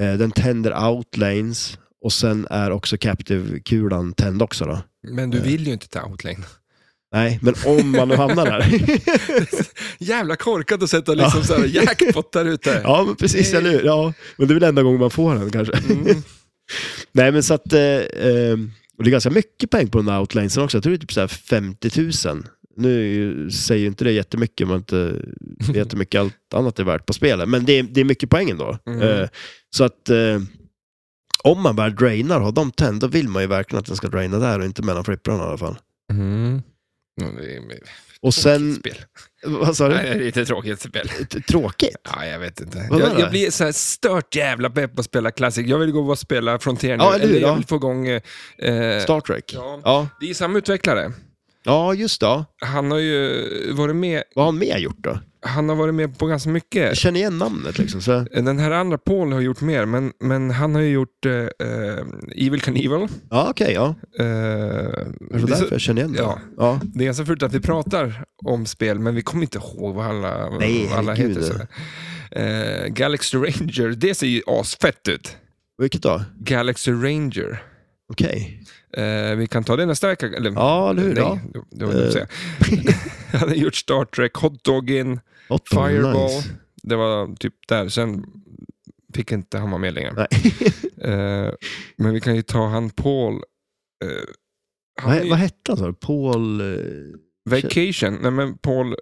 S2: Eh, den tänder outlanes. Och sen är också Captive-kulan tänd också då.
S1: Men du
S2: Eh.
S1: vill ju inte ta outlane.
S2: Nej, men om man nu hamnar där.
S1: Jävla korkat att sätta liksom så här jackpot där ute.
S2: ja, men precis, eller hur? Ja, men det är väl enda gången man får den kanske.
S1: Mm.
S2: Nej, men så att... Eh, eh, och det är ganska mycket poäng på den där outlinesen också. Jag tror det är typ så här 50 000. Nu är ju- säger ju inte det jättemycket om man inte vet hur mycket allt annat är värt på spelet. Men det är, det är mycket poäng ändå.
S1: Mm.
S2: Eh, så att eh, om man väl drainar och har dem tänd, då vill man ju verkligen att den ska draina där och inte mellan flipprarna i alla fall.
S1: Mm. Ja, Det är
S2: Och sen...
S1: spel.
S2: Vad sa
S1: Nej,
S2: du?
S1: det är lite tråkigt spel.
S2: T- Tråkigt?
S1: Ja, jag vet inte.
S2: Vad var
S1: Jag,
S2: det?
S1: jag blir så här stört jävla pepp på att spela Classic. Jag vill gå och spela Frontier nu.
S2: Ja, eller hur,
S1: jag
S2: ja.
S1: vill få igång... Eh, eh,
S2: Star Trek?
S1: ja.
S2: Ja,
S1: Det är samma utvecklare.
S2: ja just det.
S1: Han har ju varit med,
S2: Vad har han mer gjort då?
S1: han har varit med på ganska
S2: Jag
S1: mycket.
S2: känner igen namnet liksom. Så...
S1: Den här andra Paul har gjort mer, men, men han har ju gjort eh, eh, Evil Knievel. Eh,
S2: Ja, okej, ja.
S1: det,
S2: Det var
S1: är
S2: därför
S1: så,
S2: jag känner igen det.
S1: Ja.
S2: ja.
S1: det är ganska fult att vi pratar om spel, men vi kommer inte ihåg vad alla,
S2: Nej,
S1: vad alla
S2: herregud.
S1: heter. Så. Eh, Galaxy Ranger, det ser ju asfett ut.
S2: Vilket då?
S1: Galaxy Ranger.
S2: Okej.
S1: Eh, vi kan ta det nästa vecka. Eller,
S2: Ja, eller hur?
S1: nej,
S2: Ja.
S1: det- det var det jag säga. Han har gjort Star Trek, Hot Doggin,
S2: Hot dog,
S1: Fireball.
S2: nice.
S1: Det var typ där. Sen fick inte han vara med längre.
S2: Nej.
S1: Eh, men vi kan ju ta han Paul. Eh, han är
S2: vad,
S1: ju-
S2: vad hette han sa du? Paul... eh,
S1: Vacation. Nej, men Paul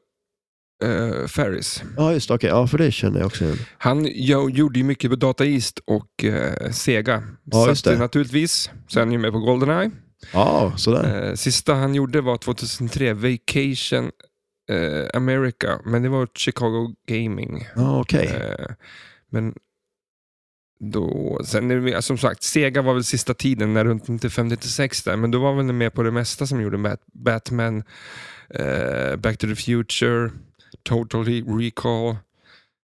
S1: eh, Ferris.
S2: Ja, just det. Okej, ja, för det känner jag också igen.
S1: Han jo, gjorde ju mycket på Data East och eh, Sega.
S2: Ja, just
S1: Så att,
S2: det.
S1: naturligtvis. Sen är han ju med på Goldeneye.
S2: Ja, sådär.
S1: Eh, sista han gjorde var 2003, Vacation eh, America, men det var Chicago Gaming.
S2: Ja, okej.
S1: Eh, men då, sen är det, väl- som sagt, Sega var väl sista tiden, när runt 95-96 där, men då var väl med på det mesta som gjorde Bat- Batman, eh, Back to the Future, Totally Recall,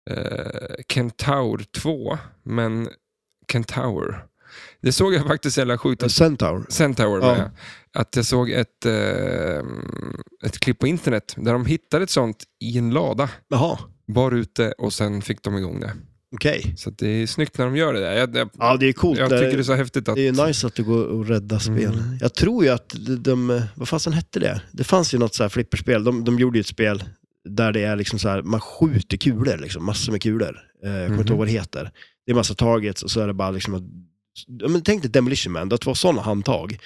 S1: eh, Kentaur 2, men Kentaur. Det såg jag faktiskt jävla sjukt att
S2: Centaur.
S1: Centaur var
S2: Ja.
S1: jag. Att jag såg ett, eh, ett klipp på internet där de hittade ett sånt i en lada.
S2: Jaha,
S1: Bar ute och sen fick de igång det.
S2: okej.
S1: Så att det är snyggt när de gör det där. Jag, jag,
S2: Ja, det är coolt.
S1: jag
S2: det,
S1: tycker det är så häftigt att...
S2: det är ju nice att du går och räddar spel.
S1: Mm.
S2: Jag tror ju att de, de... Vad fasen hette det? Det fanns ju något så här flipperspel. De, de gjorde ju ett spel där det är liksom så här, man skjuter kulor, liksom, massor med kulor. Eh, jag kommer inte
S1: Mhm.
S2: ihåg vad det heter. Det är massa targets och så är det bara liksom att... Ja, men tänk dig Demolition Man, du har två sådana handtag.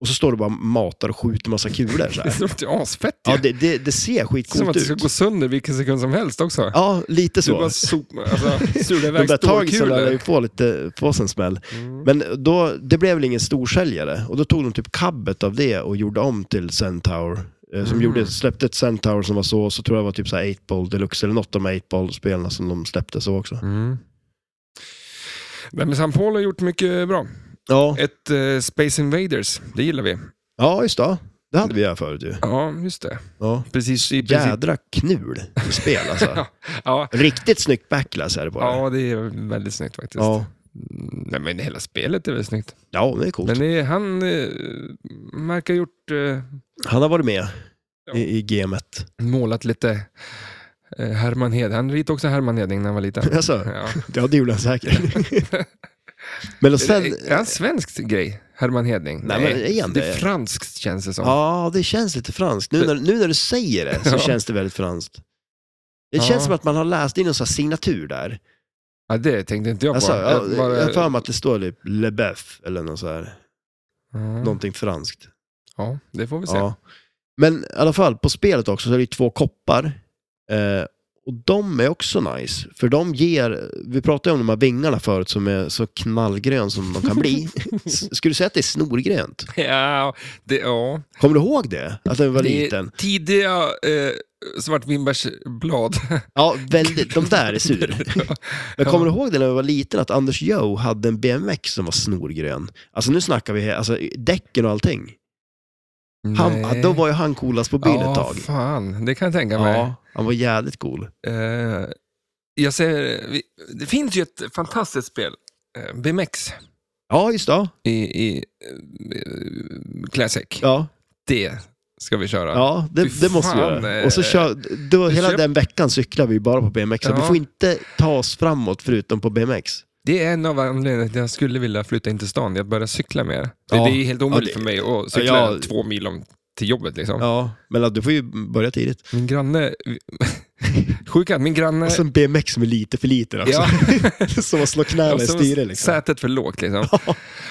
S2: Och så står du bara och matar och skjuter massa kulor. Så
S1: Det
S2: här.
S1: ser ut asfett ju.
S2: Ja, det, det, det ser
S1: Som att
S2: skitcoolt
S1: det ska
S2: ut.
S1: gå sönder vilken sekund som helst också.
S2: Ja, lite
S1: Du bara
S2: så.
S1: so- alltså, sular
S2: De
S1: iväg
S2: där tagisarna lär
S1: stålkulor.
S2: ju få lite, få sig en smäll.
S1: Mm.
S2: Men då, det blev väl ingen storsäljare och då tog de typ kabbet av det och gjorde om till Centaur. eh, Som
S1: Mm.
S2: gjorde, släppte ett Centaur som var så, så tror jag det var typ så här 8-ball deluxe eller något av de 8-ball-spelarna som de släppte så också.
S1: Mm. Nej, men San Paul har gjort mycket bra.
S2: Ja,
S1: Ett eh, Space Invaders, det gillar vi.
S2: ja just det. Det hade vi här förut ju.
S1: Ja, just det.
S2: Ja.
S1: Precis, i princip.
S2: Jädra knul i spel alltså.
S1: Ja,
S2: Riktigt snyggt backlash är det på det.
S1: ja, det är väldigt snyggt faktiskt.
S2: Ja,
S1: Mm, Nej, men hela spelet är väl snyggt.
S2: ja det är coolt.
S1: Men det är, han eh, verkar ha gjort, eh,
S2: Han har varit med
S1: Ja.
S2: i, i gamet.
S1: målat lite eh, Herman Hed. Han ritade också Herman Hedning när han var liten.
S2: Alltså,
S1: Ja.
S2: ja, det gjorde han säkert. men och sen...
S1: är han svensk grej, Herman Hedning?
S2: Nej, men är han
S1: det
S2: det?
S1: är franskt känns det som.
S2: Ja, det känns lite franskt. Nu när, nu när du säger det så
S1: Ja.
S2: känns det väldigt franskt. Det
S1: Ja.
S2: känns som att man har läst in någon sån här signatur där.
S1: Ja, det tänkte inte jag på.
S2: Alltså, jag
S1: Jag bara-
S2: jag har för mig att det står typ Lebeuf eller något så här,
S1: ja.
S2: någonting franskt.
S1: ja, det får vi se.
S2: Ja. Men i alla fall, på spelet också så är det ju två koppar. Eh, och de är också nice, för de ger, vi pratade ju om de här vingarna förut som är så knallgrön som de kan bli. S- Skulle du säga att det är snorgrönt?
S1: Ja, det, ja.
S2: Kommer du ihåg det? Att den var
S1: Det är
S2: liten?
S1: Tidiga eh, svartvinbärsblad.
S2: Ja, väldigt, de där är sur. Men
S1: Ja.
S2: kommer du ihåg det när jag var liten, att Anders Joe hade en BMX som var snorgrön? Alltså nu snackar vi he- alltså, däcken och allting. Han,
S1: Nej.
S2: då var ju han coolast på byn ett
S1: Ja,
S2: tag.
S1: fan. Det kan jag tänka mig.
S2: Ja, han var jävligt cool.
S1: Eh, jag säger, vi, det finns ju ett fantastiskt spel, eh, BMX,
S2: Ja, just det.
S1: i, i eh, Classic.
S2: Ja,
S1: Det ska vi köra.
S2: ja
S1: Fy
S2: det, det måste vi
S1: fan,
S2: göra. Och så
S1: eh,
S2: kör, då,
S1: vi
S2: hela
S1: köp-
S2: den veckan cyklar vi bara på BMX. Vi
S1: Ja.
S2: får inte ta oss framåt förutom på BMX.
S1: Det är en av anledningarna till att jag skulle vilja flytta in till stan, att börja cykla mer.
S2: Ja.
S1: Det är helt omöjligt
S2: Ja,
S1: för
S2: det-
S1: mig att cykla
S2: ja.
S1: två mil om till jobbet. Liksom.
S2: Ja, men ja, du får ju börja tidigt.
S1: Min granne, sjukan, min granne,
S2: Och sen BMX som är lite för liten också.
S1: ja,
S2: Som att slå knäna
S1: och
S2: i
S1: så
S2: styret liksom.
S1: sätet för lågt. Liksom.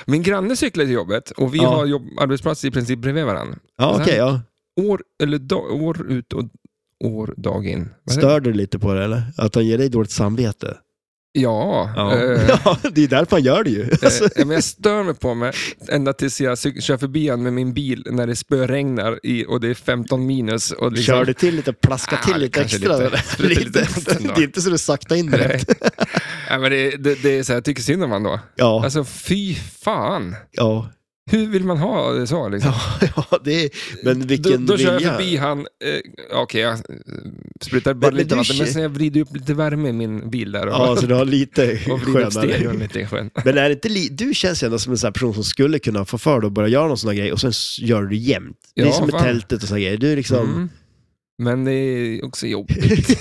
S1: Min granne cyklar till jobbet och vi
S2: Ja.
S1: har jobb, arbetsplats i princip bredvid varandra.
S2: Ja, okej. ja.
S1: År, eller da, år ut och år dag in. Vad heter det?
S2: Stör du lite på det eller? Att han ger dig dåligt samvete?
S1: Ja,
S2: Ja.
S1: eh,
S2: ja, det är därför han gör det ju. Alltså,
S1: Eh, men jag stör mig på mig ända tills jag cyk- kör förbi han med min bil när det spöregnar i, och det är 15 minus. Och liksom,
S2: Kör det till lite, plaska
S1: Ah,
S2: till lite
S1: kanske
S2: extra.
S1: lite.
S2: eller?
S1: Spruta lite vatten då.
S2: det är inte så du saktar in
S1: Nej.
S2: direkt.
S1: Nej, men det, det, det är så här, jag tycker synd om han då.
S2: Ja,
S1: Alltså fy fan.
S2: ja,
S1: Hur vill man ha det så? Liksom?
S2: ja, ja det är, men vilken
S1: då, då kör jag
S2: vilja.
S1: förbi han, eh, okej jag eh, sprutar bara
S2: Men- men
S1: lite
S2: du
S1: vatten, men
S2: kö-
S1: sen jag vrider upp lite värme i min bil där och,
S2: Ja, så du har lite
S1: och vrider upp stereon
S2: skönare.
S1: lite i skön.
S2: Men är det inte li- du känns ju ändå som en sån här person som skulle kunna få för dig att börja göra någon sån här grej och sen s- gör du det jämt. det
S1: Ja,
S2: är som med
S1: fan.
S2: tältet och sån här grejer. Du är liksom...
S1: Mm. Men det är också jobbigt.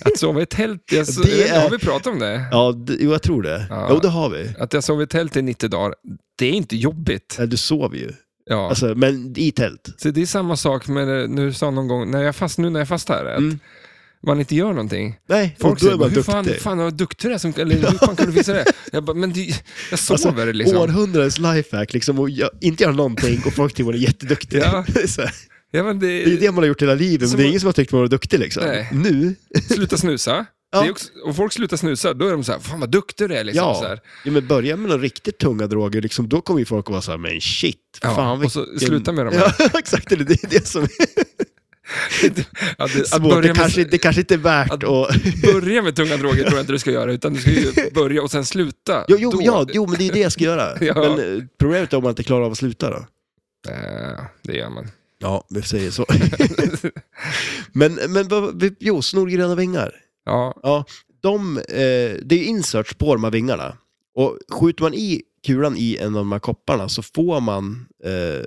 S1: Att sova i tält, jag,
S2: Det
S1: det
S2: är-
S1: har vi pratat om det?
S2: Ja, d- jo, jag tror det.
S1: Ja.
S2: Jo, det har vi.
S1: Att jag sov i tält i 90 dagar, det är inte jobbigt.
S2: Ja, Du sover ju.
S1: Ja.
S2: Eh, Alltså, men i tält.
S1: så det är samma sak med det- när du sa någon gång, när jag fast, nu när jag fastar, att
S2: Mm.
S1: man inte gör någonting.
S2: Nej,
S1: Folk
S2: och då är
S1: säger,
S2: man
S1: hur
S2: duktig.
S1: fan, fan vad duktig du är, som, eller hur fan kan du visa det? Jag bara, men du, jag
S2: Alltså,
S1: sover liksom.
S2: Århundradets lifehack, liksom, och jag, inte göra någonting och folk tycker man är jätteduktig.
S1: Ja.
S2: Det är så här.
S1: Ja, men det,
S2: det är ju det man har gjort hela livet, men
S1: Som-
S2: det är ingen som har tyckt man var duktig. Liksom.
S1: Nej.
S2: Nu,
S1: Sluta snusa.
S2: Ja.
S1: Det är också, om folk slutar snusa, då är de så här, fan vad duktig du är. Liksom, så
S2: ja.
S1: här.
S2: ja men börja med några riktigt tunga droger, liksom, då kommer ju folk att vara så här, men shit,
S1: Ja,
S2: fan
S1: och så sluta med de här.
S2: Ja, exakt, eller det är det som är
S1: Ja, det, att
S2: svårt.
S1: börja
S2: Det
S1: med,
S2: kanske, det kanske inte är värt att...
S1: att- börja med tunga droger tror jag inte du ska göra, utan du ska ju börja och sen sluta.
S2: Jo, jo,
S1: då.
S2: ja, jo, men det är ju det jag ska göra.
S1: Ja.
S2: Men eh, problemet är om man inte klarar av att sluta då.
S1: Eh, det gör man.
S2: Ja, vi säger så. men, men vad- vi- jo, snorgröna vingar.
S1: Ja,
S2: de, eh, det är ju inserts på de här vingarna. Och skjuter man i kulan i en av de här kopparna så får man, eh,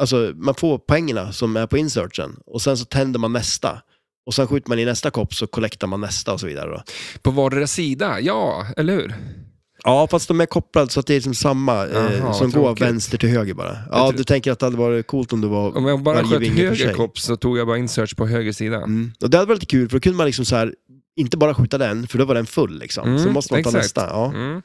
S2: alltså man får poängerna som är på insertsen. Och sen så tänder man nästa. Och sen skjuter man i nästa kopp så kollektar man nästa och så vidare. Då.
S1: på vardera sida, ja, eller hur?
S2: Ja, fast de är kopplade så att det är liksom samma eh,
S1: Jaha, vad
S2: som går
S1: tråkigt.
S2: vänster till höger bara. Ja,
S1: tror-
S2: du tänker att det hade varit coolt om det var...
S1: Om jag bara
S2: varje
S1: sköt
S2: vinge för
S1: höger
S2: sig.
S1: kopp så tog jag bara insearch på höger sida.
S2: Mm. Och det hade varit lite kul för då kunde man liksom så här, inte bara skjuta den för då var den full liksom.
S1: Mm,
S2: så måste man ta
S1: exakt.
S2: nästa. Ja.
S1: Mm.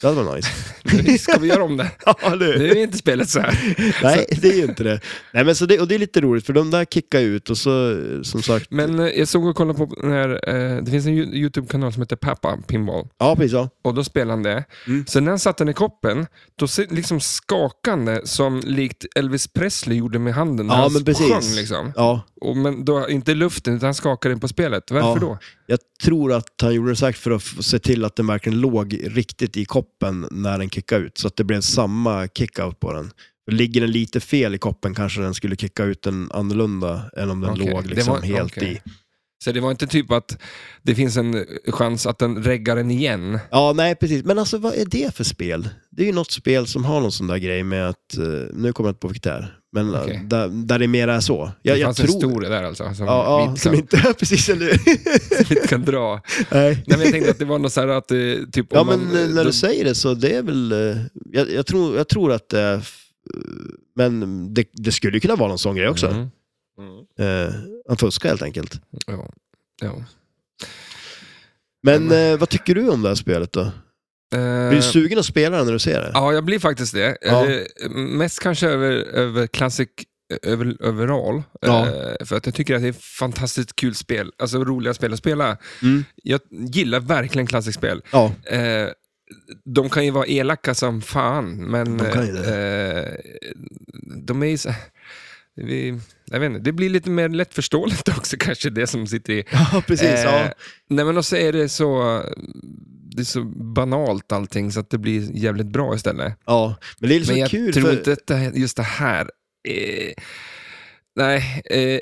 S2: Det hade varit nice.
S1: Ska vi göra om det?
S2: ja, eller hur?
S1: Nu är inte spelet så här.
S2: Nej, det är ju inte det. Nej, men så det, och det är lite roligt, för de där kickar ut och så, eh, som sagt...
S1: Men eh, jag såg och kollade på den här, eh, det finns en Yo- YouTube-kanal som heter Pappa Pinball.
S2: Ja, precis. Ja.
S1: Och då spelade han det.
S2: Mm.
S1: Så när han satte den i koppen, då se- liksom skakande som likt Elvis Presley gjorde med handen när
S2: Ja,
S1: han
S2: men precis.
S1: sjöng. Liksom.
S2: ja.
S1: Och, men då, inte i luften, utan han skakade den på spelet. Varför
S2: Ja.
S1: då?
S2: Jag tror att han gjorde det säkert för att f- se till att den verkligen låg riktigt i koppen när den kickade ut, så att det blev samma kickout på den. Ligger den lite fel i koppen kanske den skulle kicka ut den annorlunda än om den
S1: Okej,
S2: låg
S1: det
S2: liksom
S1: var-
S2: helt
S1: okej.
S2: i.
S1: Så det var inte typ att det finns en eh, chans att den reggar den igen?
S2: Ja, nej precis. Men alltså vad är det för spel? Det är ju något spel som har någon sån där grej med att, eh, nu kommer jag inte på vilket det är, men eh,
S1: Okej.
S2: där, där det mer är så. Jag,
S1: det
S2: jag
S1: fanns
S2: tror...
S1: en stor där alltså, som
S2: Ja, ja
S1: vi
S2: som inte... ja, precis, eller hur?
S1: inte kan dra.
S2: Nej.
S1: Nej, men jag tänkte att det var något så här att eh, typ...
S2: Ja,
S1: om
S2: men
S1: man,
S2: eh, när
S1: då-
S2: du säger det så det är väl... eh, Jag, jag, tror, jag tror att det är... f- eh, Men det, det skulle ju kunna vara någon sån grej också.
S1: Mm. Mm.
S2: Eh, han fuskar helt enkelt.
S1: Ja. Ja.
S2: Men
S1: Ja, men-
S2: eh, vad tycker du om det här spelet då? Blir du
S1: Mm. Eh,
S2: sugen att spela det när du ser det?
S1: Ja, jag blir faktiskt det.
S2: Ja.
S1: Eh, Mest kanske över, över classic över, överall.
S2: Ja.
S1: Eh, För att jag tycker att det är ett fantastiskt kul spel. Alltså roliga spel att spela.
S2: Mm.
S1: Jag gillar verkligen classic-spel.
S2: Ja,
S1: Eh, de kan ju vara elaka som fan, men
S2: De kan ju
S1: eh, de är ju så... Vi, jag vet inte, det blir lite mer lättförståeligt också kanske, det som sitter i...
S2: ja precis.
S1: Eh,
S2: ja.
S1: Nej men och så är det så... Det är så banalt allting så att det blir jävligt bra istället.
S2: ja, men det
S1: Men
S2: är liksom
S1: jag
S2: kul
S1: tror
S2: för...
S1: inte att det här, just det här... Eh, nej, eh,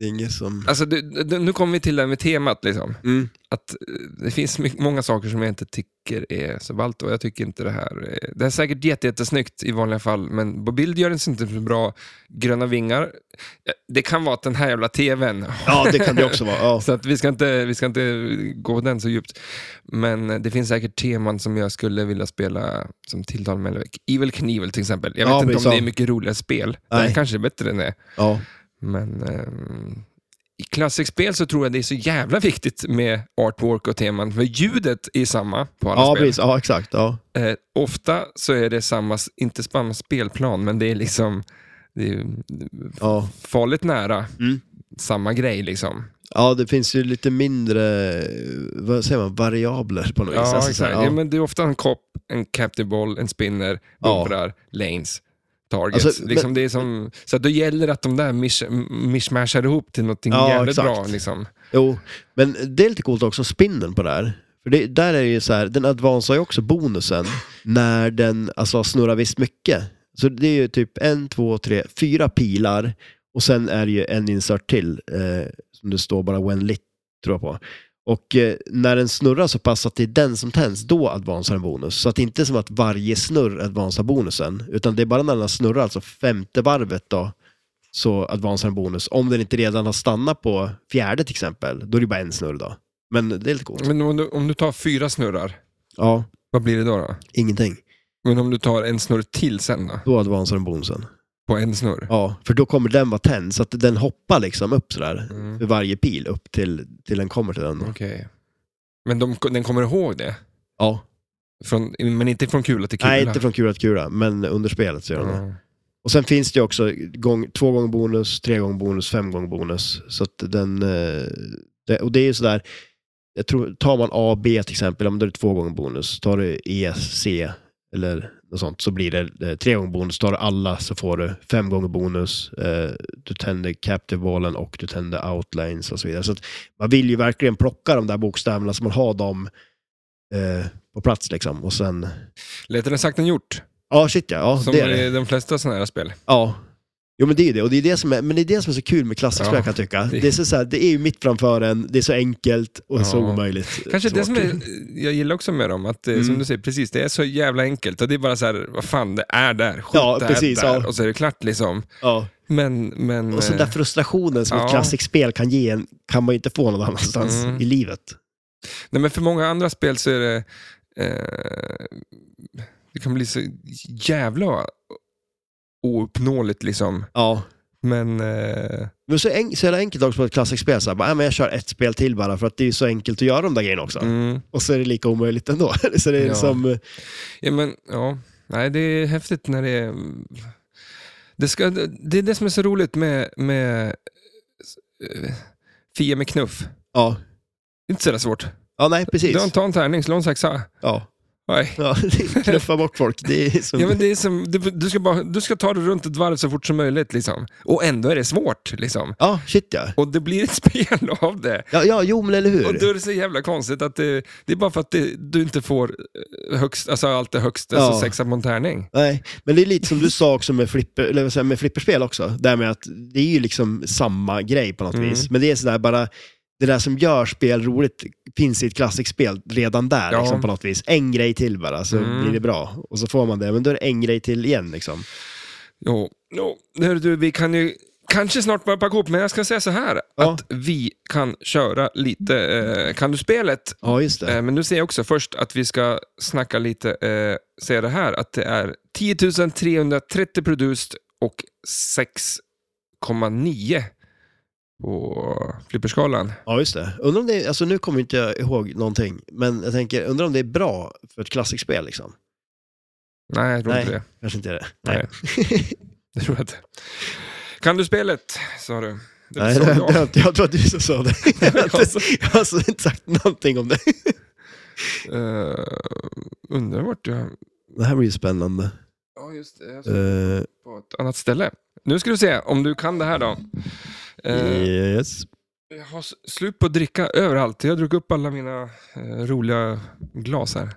S2: Det är inget som...
S1: alltså du, du, nu kommer vi till det här med temat. Liksom.
S2: Mm.
S1: Att, eh, det finns mycket, många saker som jag inte tycker är så ballt och jag tycker inte det här... Eh, det är säkert jätte, jättesnyggt i vanliga fall, men på bild gör det sig inte så bra. Gröna vingar. Eh, Det kan vara att den här jävla tvn...
S2: Ja, det kan det också vara. Ja.
S1: Så att vi, ska inte, vi ska inte gå den så djupt. Men eh, det finns säkert teman som jag skulle vilja spela som tilltal mig. Evil Knievel till exempel. Jag vet
S2: Ja,
S1: inte om
S2: precis.
S1: det är mycket roligare spel.
S2: Nej.
S1: Det kanske är bättre än det.
S2: ja.
S1: Men ehm, i klassikspel så tror jag det är så jävla viktigt med artwork och teman. För ljudet är samma på alla
S2: Ja,
S1: spel.
S2: precis. Ja, exakt. Ja.
S1: Eh, ofta så är det samma, s- inte samma spelplan, men det är liksom det är
S2: Ja.
S1: farligt nära
S2: Mm.
S1: samma grej. liksom.
S2: ja, det finns ju lite mindre, eh, vad säger man, variabler på något vis.
S1: Ja,
S2: Alltså, så här,
S1: exakt. Ja. men det är ofta en kopp, en captive ball, en spinner,
S2: Ja.
S1: bumprar, lanes, targets.
S2: Alltså,
S1: liksom det är som, så att då gäller det att de där mish, mishmashar ihop till någonting
S2: Ja,
S1: jävligt
S2: exakt.
S1: bra. Liksom.
S2: Jo, men det är lite coolt också, spinnen på det här. För det, där är det ju så här, den advansar ju också bonusen när den alltså, snurrar visst mycket. Så det är ju typ en, två, tre, fyra pilar och sen är det ju en insert till eh, som det står bara when lit, tror jag på. Och eh, när den snurrar så pass att det är den som tänds, då advansar den bonus. Så att det inte är som att varje snurr advansar bonusen, utan det är bara när den snurrar, alltså femte varvet då, så advansar en bonus. Om den inte redan har stannat på fjärde till exempel, då är det bara en snurr då. Men det är lite coolt.
S1: Men om du, om du tar fyra snurrar,
S2: Ja,
S1: vad blir det då? då?
S2: ingenting.
S1: Men om du tar en snurr till sen då?
S2: Då advansar den bonusen.
S1: På en snurr?
S2: Ja, för då kommer den vara tänd, så att den hoppar liksom upp sådär.
S1: Mm.
S2: För varje pil upp till, till den kommer till den. då.
S1: Okej. Men de, den kommer ihåg det?
S2: Ja.
S1: Från, men inte från kula till kula?
S2: Nej, inte från kula till kula, men under spelet så gör den det.
S1: Ja.
S2: Och sen finns det ju också gång, två gånger bonus, tre gånger bonus, fem gånger bonus. Så att den... eh, Det, och det är ju sådär, jag tror, tar man A, B till exempel, ja, men då är det två gånger bonus. Tar du E, C eller något sånt så blir det eh, tre gånger bonus. Tar du alla så får du fem gånger bonus. Eh, Du tänder captive wallen och du tänder outlines och så vidare. Så att man vill ju verkligen plocka de där bokstäverna så man har dem eh, på plats liksom. Och sen...
S1: Lättare sagt än gjort,
S2: Ja, shit ja. ja
S1: som
S2: det är det.
S1: i de flesta sådana här spel.
S2: Ja. Jo men det är ju det, och det är det som är, men det är det som är så kul med klassisk
S1: Ja.
S2: kan jag tycka. Det är, så så här, det är ju mitt framför en, det är så enkelt och så
S1: Ja.
S2: omöjligt.
S1: Kanske det som
S2: Svårt.
S1: är, jag gillar också med dem, att eh, som
S2: Mm.
S1: du säger, precis, det är så jävla enkelt. Och det är bara så här, vad fan, det är där, skjut
S2: Ja,
S1: där,
S2: precis,
S1: där
S2: ja.
S1: och så är det klart liksom.
S2: Ja.
S1: Men, men...
S2: Och så den där
S1: eh,
S2: frustrationen som
S1: Ja.
S2: ett klassiskt spel kan ge en, kan man ju inte få någon annanstans
S1: Mm.
S2: i livet.
S1: nej, men för många andra spel så är det... Eh, det kan bli så jävla ouppnåeligt liksom.
S2: Ja.
S1: Men eh,
S2: Men så, en, så jävla enkelt också på ett klassikspel, så här, bara, "Ja, men jag kör ett spel till bara för att det är så enkelt att göra de där grejerna också.
S1: Mm.
S2: Och så är det lika omöjligt ändå. så det är
S1: Ja.
S2: liksom, eh,
S1: Ja, men ja. Nej, det är häftigt när det är... Det, ska, det är det som är så roligt med, med eh, Fia med knuff.
S2: ja.
S1: Det är inte så där svårt.
S2: ja, nej precis.
S1: Du har en ta en tärning, slå en sexa.
S2: Ja,
S1: Nej.
S2: ja knuffa bort folk. Det är som...
S1: Ja, men det är som, du, du, ska bara, du ska ta dig runt ett varv så fort som möjligt. Liksom. Och ändå är det svårt. Liksom.
S2: ja shit ja.
S1: Och det blir ett spel av det.
S2: Ja, ja, jo men eller hur.
S1: Och då är det så jävla konstigt att det, det är bara för att det, du inte får eh, högst, alltså allt det högsta,
S2: Ja.
S1: alltså sexa på en tärning.
S2: Nej, men det är lite som du sa också med, flipper, eller vad säger jag, med flipperspel också. Det här med att det är ju liksom samma grej på något
S1: Mm.
S2: vis. Men det är sådär bara, det där som gör spel roligt finns i ett klassikspel redan där
S1: Ja.
S2: liksom, på något vis. En grej till bara så
S1: Mm.
S2: blir det bra. Och så får man det, men då är det en grej till igen liksom.
S1: Jo, jo. Hör du, vi kan ju kanske snart börja packa ihop, men jag ska säga så här.
S2: Ja.
S1: Att vi kan köra lite eh, Kan du-spelet.
S2: Ja, just det.
S1: Eh, men nu ser jag också först att vi ska snacka lite, eh, säga det här, att det är 10 330 produced och 6,9 på flipperskalan.
S2: Ja, just det. Undrar om det är, alltså nu kommer inte jag ihåg någonting, men jag tänker, undrar om det är bra för ett klassikspel liksom.
S1: Nej, jag tror
S2: Nej.
S1: inte det.
S2: Kanske inte är det.
S1: Nej. Det tror jag inte. Kan du spelet, sa du. Det
S2: Nej,
S1: sa
S2: det, det,
S1: jag.
S2: det, jag tror att du som sa det. jag, har
S1: jag
S2: inte- jag har alltså inte sagt någonting om det.
S1: Eh, undrar vart jag...
S2: Det här blir ju spännande.
S1: Ja, just det. Jag såg
S2: Eh,
S1: på ett annat ställe. Nu ska du se om du kan det här då. Eh,
S2: yes.
S1: Jag har s- slut på att dricka överallt. Jag har druckit upp alla mina eh, roliga glas här.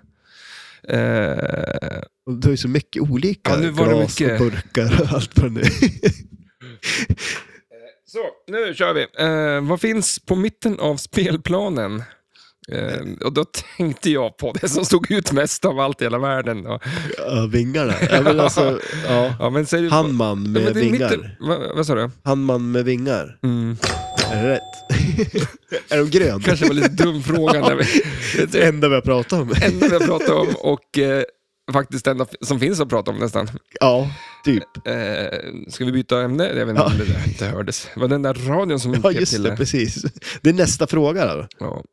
S1: Eh,
S2: Och Du har ju så mycket olika
S1: Ja, nu var det
S2: glas
S1: mycket.
S2: och burkar och allt på nu.
S1: så, nu kör vi. Eh, vad finns på mitten av spelplanen? Eh, och då tänkte jag på det som stod ut mest av allt i hela världen. Ja,
S2: ja, vingarna. Ja, men alltså, ja.
S1: ja, men säg
S2: Handman med
S1: ja, men det är
S2: vingar.
S1: mitten. Va, vad sa du?
S2: Handman med vingar. Är det rätt? är de grön?
S1: Kanske var lite dum fråga. Där vi,
S2: Det enda vi har pratat om.
S1: det enda vi har pratat om och eh, faktiskt det enda f- som finns att prata om nästan.
S2: ja, typ.
S1: Eh, ska vi byta ämne? Jag vet inte om det där inte hördes. Det var den där radion som
S2: Ja,
S1: pep
S2: just
S1: till eh,
S2: det. Precis. Det är nästa fråga då.
S1: Ja.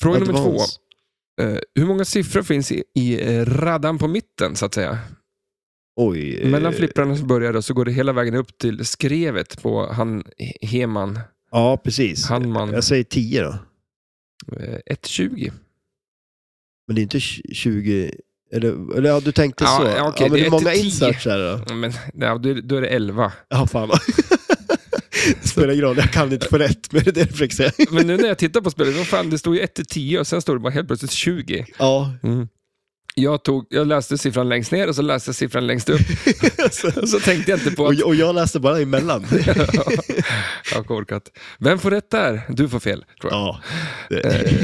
S1: Fråga nummer två.
S2: Advance.
S1: Eh, hur många siffror finns i, i eh, raddan på mitten, så att säga?
S2: Oj. eh,
S1: Mellan flipprarna som börjar och så går det hela vägen upp till skrevet på han, He- Heman,
S2: Ja, precis.
S1: Hanman, eh,
S2: Jag säger 10 då.
S1: 120.
S2: Men det är inte tj- 20... Eller, eller ja, du tänkte
S1: Ja,
S2: så.
S1: ja, okej,
S2: ja, men
S1: det
S2: hur
S1: är
S2: många
S1: till 10.
S2: inserts är det då?
S1: Men, ja, då, är- då är det 11.
S2: Ja, fan. Det Spelar ingen roll, jag kan inte få rätt med det där jag försöker säga.
S1: Men nu när jag tittar på spelet, vad fan, det står ju 1 till 10 och sen står det bara helt plötsligt 20.
S2: Ja,
S1: Jag, tog, jag läste siffran längst ner och så läste jag siffran längst upp.
S2: alltså.
S1: Och så tänkte jag inte på
S2: och,
S1: att...
S2: och jag läste bara emellan.
S1: jag har korkat. Vem får rätt där? Du får fel, tror jag.
S2: Ja, det,
S1: Eh.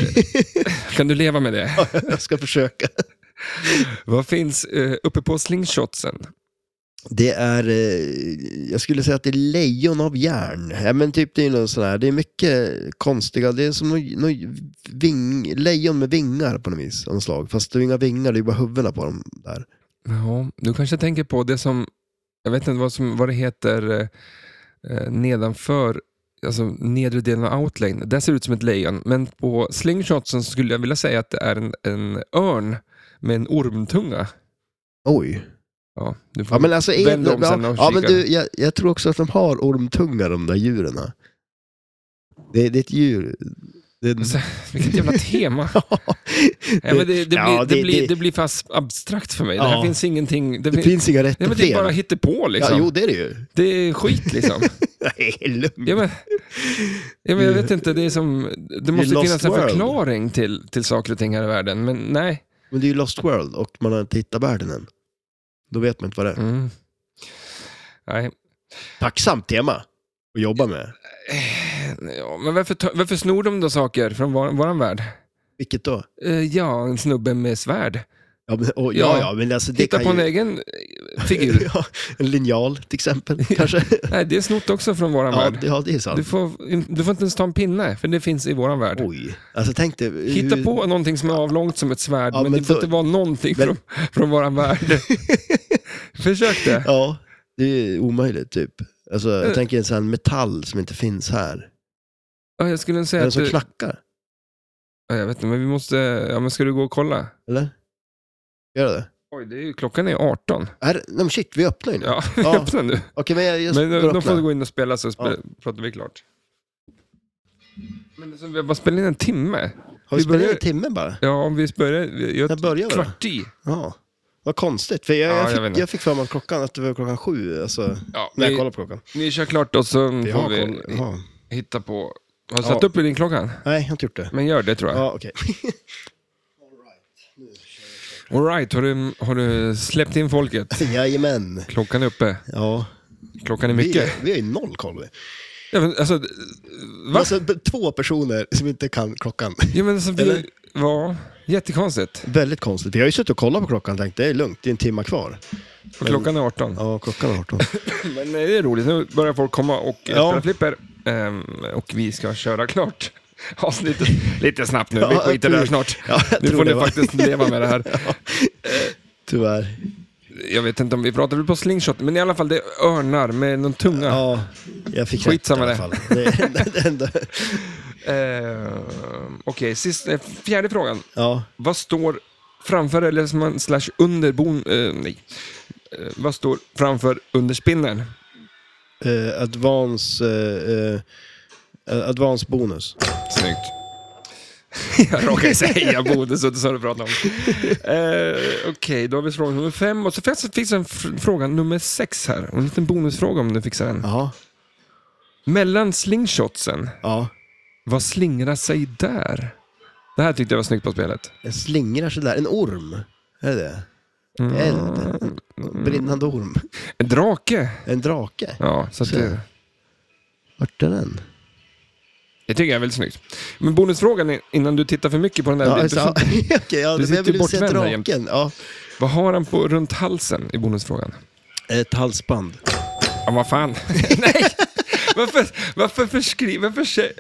S1: Kan du leva med det?
S2: jag ska försöka.
S1: Vad finns eh, uppe på slingshotsen?
S2: Det är, eh, jag skulle säga att det är lejon av järn. Ja, men typ det är någon sån här, det är mycket konstiga, det är som någon, någon ving, lejon med vingar på något vis, av något slag. Fast det är inga vingar, det är bara huvudena på dem där.
S1: Ja, du kanske tänker på det som... Jag vet inte vad, som, vad det heter eh, eh, nedanför, alltså nedre delen av outlane. Där ser det ut som ett lejon, men på slingshotsen skulle jag vilja säga att det är en, en örn med en ormtunga.
S2: Oj.
S1: Ja, du får...
S2: Ja, men alltså,
S1: Vänd om sen
S2: ja,
S1: och
S2: ja, men
S1: kika.
S2: du, jag, jag tror också att de har ormtunga de där djuren. här. Det, det är ett djur. Det är en...
S1: Alltså, Vilket jävla tema. Ja, men det, det, blir,
S2: Ja,
S1: det,
S2: det-
S1: blir,
S2: det-
S1: det blir fast abstrakt för mig. Det
S2: Ja.
S1: här finns ingenting... Det,
S2: det
S1: fin-
S2: finns inga rätt
S1: ja, men
S2: och
S1: det är
S2: fel.
S1: bara hittepå liksom.
S2: ja, jo, det är det ju.
S1: Det är skit liksom.
S2: Nej, lugn.
S1: ja, men, ja, men jag vet inte, det är som... Det måste
S2: lost
S1: finnas en
S2: world.
S1: förklaring till, till saker och ting här i världen, men nej.
S2: Men det är ju Lost World och man har inte hittat världen än. Då vet man inte vad det är.
S1: Mm. Nej.
S2: Tacksamt tema att jobba med.
S1: Ja, men varför, ta- varför snor de då saker från vår, våran värld?
S2: Vilket då?
S1: Eh, ja, en snubbe med svärd.
S2: Ja, men, och,
S1: Ja.
S2: ja, ja, men alltså det
S1: Titta
S2: kan
S1: på en
S2: ju...
S1: egen eh, figur.
S2: ja, en linjal till exempel, kanske.
S1: nej, det är snott också från våran
S2: ja,
S1: värld.
S2: det, ja, det är
S1: Du
S2: sant.
S1: får, du får inte ens ta en pinne, för det finns i våran värld.
S2: Oj. Alltså tänk dig... hur-
S1: Hitta på någonting som är avlångt som ett svärd,
S2: Ja,
S1: men,
S2: men
S1: det får
S2: då-
S1: inte vara någonting
S2: Men-
S1: från, från våran värld. Försök det.
S2: Ja, det är omöjligt typ. Alltså,
S1: Eh.
S2: jag tänker en sån här metall som inte finns här.
S1: Ja, typ. jag skulle
S2: Är
S1: säga
S2: den
S1: att...
S2: som
S1: Du,
S2: knackar?
S1: ja, jag vet inte, men vi måste... Ja, men ska du gå och kolla?
S2: Eller? Gör det?
S1: Oj, det är ju, klockan är 18.
S2: Är, nej men shit, vi öppnar ju nu.
S1: Ja,
S2: Ja.
S1: öppna nu.
S2: Okej, men jag, jag
S1: Men eh,
S2: går och
S1: då, då får du
S2: öppnar.
S1: gå in och spela så spe, pratar vi klart. Men alltså, vi har bara spelat in en timme.
S2: Har vi
S1: vi börjar-
S2: spelat in en timme bara?
S1: Ja, om vi börjar... vi- Jag,
S2: När börjar vi då?
S1: Kvart i.
S2: Ja. Vad konstigt, för jag,
S1: Ja, jag
S2: jag,
S1: vet
S2: fick,
S1: inte.
S2: jag fick för mig att klockan, att det var klockan sju, alltså,
S1: Ja,
S2: när jag
S1: vi,
S2: kollade på klockan.
S1: vi kör klart och så
S2: Vi
S1: får
S2: har
S1: vi
S2: koll. Jaha.
S1: hitta på... Har du
S2: Ja.
S1: satt upp i din klockan?
S2: Nej, jag har inte gjort det.
S1: Men gör det tror jag.
S2: Ja, okej.
S1: All right, har du, har du släppt in folket?
S2: Jajamän.
S1: Klockan är uppe.
S2: Ja.
S1: Klockan är
S2: Vi,
S1: mycket.
S2: vi har ju noll koll. vi.
S1: Ja, men, alltså, va?
S2: Alltså, b- två personer som inte kan klockan.
S1: Ja, men alltså,
S2: Eller?
S1: vi, ja, jättekonstigt.
S2: Väldigt konstigt. Jag har ju suttit och kollat på klockan och tänkt, det är lugnt, det är en timme kvar.
S1: Och klockan är 18.
S2: Ja, klockan är 18.
S1: Men eh, det är roligt, nu börjar folk komma och eh,
S2: Ja.
S1: spela flipper. Ehm, och vi ska köra klart avsnittet lite snabbt nu. Vi
S2: Ja, jag
S1: skiter i det här
S2: tror-
S1: snart.
S2: Ja, jag
S1: nu
S2: tror
S1: får ni
S2: det, va?
S1: faktiskt leva med det här.
S2: Tyvärr.
S1: Jag vet inte om vi pratade på slingshot, men i alla fall det är örnar med någon tunga.
S2: Ja, jag fick
S1: Skitsamma
S2: rätt i alla
S1: det.
S2: fall. Det är det enda.
S1: Ehm, Okej, okay, fjärde frågan.
S2: Ja,
S1: Vad står framför eller som man slash under bon... eh, nej. Eh, vad står framför under spinnen?
S2: eh, advance, eh, eh, advance bonus.
S1: Snyggt. Jag råkade säga bonus och det sa du pratade om. Eh, Okej, då har vi fråga nummer fem och så finns det finns en fr- fråga nummer sex här. En liten bonusfråga om du fixar den.
S2: Ja,
S1: Mellan slingshotsen,
S2: ja.
S1: vad slingrar sig där? Det här tyckte jag var snyggt på spelet.
S2: Den slingrar sig där. En orm. Är det det? Mm. Eld. En brinnande orm.
S1: En drake.
S2: En drake.
S1: Ja, så att
S2: Så.
S1: det,
S2: Vart är den?
S1: det tycker jag är väldigt snyggt. Men bonusfrågan är, innan du tittar för mycket på den där.
S2: Ja,
S1: du-
S2: alltså, ja, okej, ja,
S1: du
S2: men
S1: sitter
S2: jag vill ju se
S1: bortvänd här jämt.
S2: draken. Ja.
S1: Vad har han på runt halsen i bonusfrågan?
S2: Ett halsband.
S1: Ja, vad fan. Nej! Varför, varför förskri... Varför sä-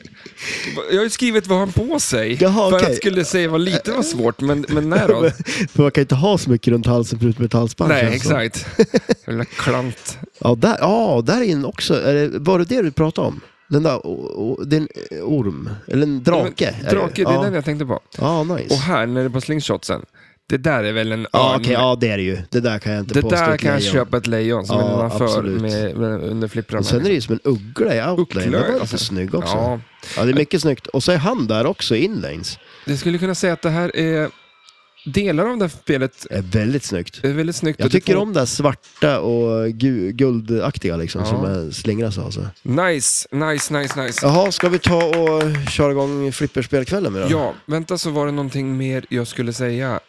S1: jag har ju skrivit vad han på sig.
S2: Jaha,
S1: för
S2: okej.
S1: att skulle säga vad lite var svårt, men, men när då?
S2: För man kan ju inte ha så mycket runt halsen förutom ett halsband.
S1: Nej,
S2: känns det som.
S1: exakt. Jävla klant.
S2: Ja, där, ja, där inne också. Är det, var det det du pratade om? Den där, o- o- det är en orm, eller en drake. är det.
S1: Drake, det är
S2: ja.
S1: den jag tänkte på.
S2: Ja, nice.
S1: Och här, när det är på slingshotsen. Det där är väl en
S2: ja,
S1: örn.
S2: okej, ja, det är det ju. Det där kan jag inte
S1: det
S2: påstå
S1: där
S2: ett
S1: kan jag
S2: lejon.
S1: köpa ett lejon som
S2: Ja,
S1: är nedanför
S2: absolut.
S1: med, med, under flipprarna.
S2: Och sen är det ju som en uggla i outlane. Den
S1: Uggla,
S2: var lite
S1: alltså.
S2: snygg också. Ja.
S1: Ja,
S2: det är mycket snyggt. Och så är han där också, inlanes.
S1: jag skulle kunna säga att det här är... Delar av det här spelet
S2: Det är väldigt snyggt.
S1: är väldigt snyggt. och
S2: Jag
S1: det
S2: tycker
S1: får-
S2: om det här svarta och gu- guldaktiga liksom,
S1: Ja.
S2: som är- slingrar sig av sig.
S1: Nice, nice, nice, nice.
S2: Jaha, ska vi ta och köra igång flipperspelkvällen med då?
S1: Ja, vänta så var det någonting mer jag skulle säga.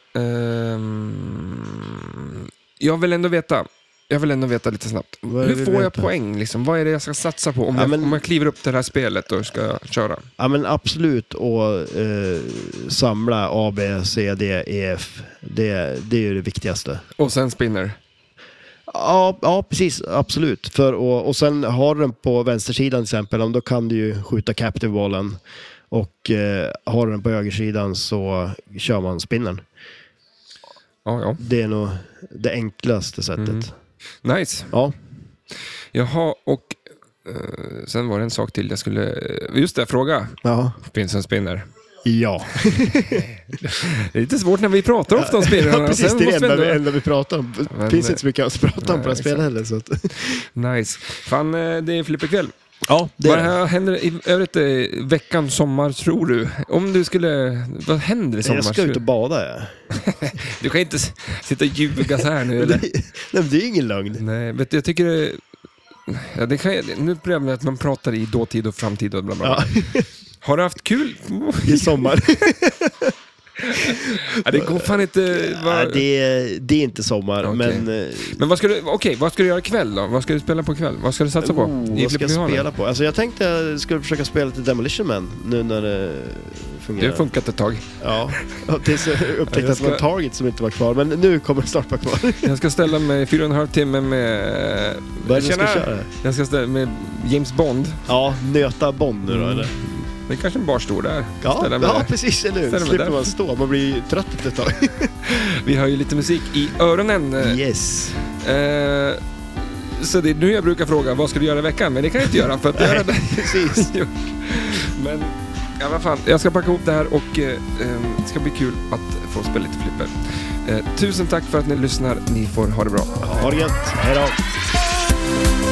S1: Ehm, jag vill ändå veta. Jag vill ändå veta lite snabbt.
S2: Vad är det
S1: Hur
S2: vi
S1: får jag
S2: veta?
S1: poäng? Liksom? Vad är det jag ska satsa på om,
S2: Ja,
S1: jag,
S2: men-
S1: om jag kliver upp till det här spelet och ska köra?
S2: Ja men absolut och eh, samla A, B, C, D, E, F. Det, det är ju det viktigaste.
S1: Och sen spinner.
S2: Ja, ja precis, absolut. För, och, och sen har du den på vänstersidan till exempel, ja, men då kan du ju skjuta captive ballen. Och eh, har du den på högersidan så kör man spinnen.
S1: Ja, ja.
S2: Det är nog det enklaste sättet.
S1: Nice.
S2: Ja,
S1: Jaha, och eh, sen var det en sak till jag skulle... eh, Just det, fråga.
S2: ja.
S1: Finns en spinner?
S2: Ja,
S1: Det är lite svårt när vi pratar ofta om spinner.
S2: ja precis. Det är det enda vi, enda vi pratar om.
S1: Men,
S2: Det finns
S1: eh,
S2: inte så mycket att prata om på
S1: nej,
S2: det här spelet heller. Så att...
S1: Nice. Fan, eh, det är flipperkväll.
S2: Ja,
S1: Vad här händer i övrigt eh, veckan, sommar, tror du? Om du skulle... Vad händer i sommar?
S2: Jag ska ut och
S1: Skulle-
S2: bada. Ja.
S1: Du kan inte s- sitta och ljuga så här nu,
S2: Men det,
S1: eller?
S2: nej, men det är ju ingen lögn.
S1: Nej, vet du, jag tycker det... Ja, det kan, jag- nu blir det att man pratar i dåtid och framtid och bla bla. bla.
S2: Ja,
S1: Har du haft kul?
S2: I sommar.
S1: Ja, det går fan inte...
S2: Nej,
S1: Vad...
S2: det, är- det är inte sommar,
S1: Okej.
S2: men... eh,
S1: Men vad ska du... Okej, vad ska du göra ikväll då? Vad ska du spela på ikväll? Vad ska du satsa på?
S2: Oh,
S1: I
S2: vad ska jag
S1: flipperfinalen?
S2: spela på? Alltså, jag tänkte jag skulle försöka spela lite Demolition Man nu när det
S1: Det
S2: fungerar.
S1: har funkat ett tag.
S2: Ja, och tills jag
S1: Ja,
S2: upptäckte
S1: jag
S2: att det var
S1: ska-
S2: Target som inte var kvar. Men nu kommer det snart vara kvar.
S1: Jag ska ställa mig fyra och en halv timme med...
S2: Vad är det du
S1: Tjena!
S2: ska köra?
S1: Jag ska ställa med James Bond.
S2: Ja, nöta Bond nu då, eller?
S1: Det är kanske en barstol där.
S2: Ja,
S1: Ställa Mm. mig
S2: ja
S1: där.
S2: precis. Eller
S1: Ställa
S2: hur?
S1: mig
S2: Slipper
S1: där.
S2: man stå. Man blir ju trött efter ett tag.
S1: Vi har ju lite musik i öronen.
S2: Yes.
S1: Eh, så det är nu jag brukar fråga vad ska du göra i veckan? Men det kan jag inte göra för att det har jag redan
S2: Precis.
S1: gjort. Men ja, vad fan, jag ska packa ihop det här och eh, eh, det ska bli kul att få spela lite flipper. Eh, tusen tack för att ni lyssnar. Ni får ha det bra.
S2: Ha det gött. Hej då.
S4: Thank you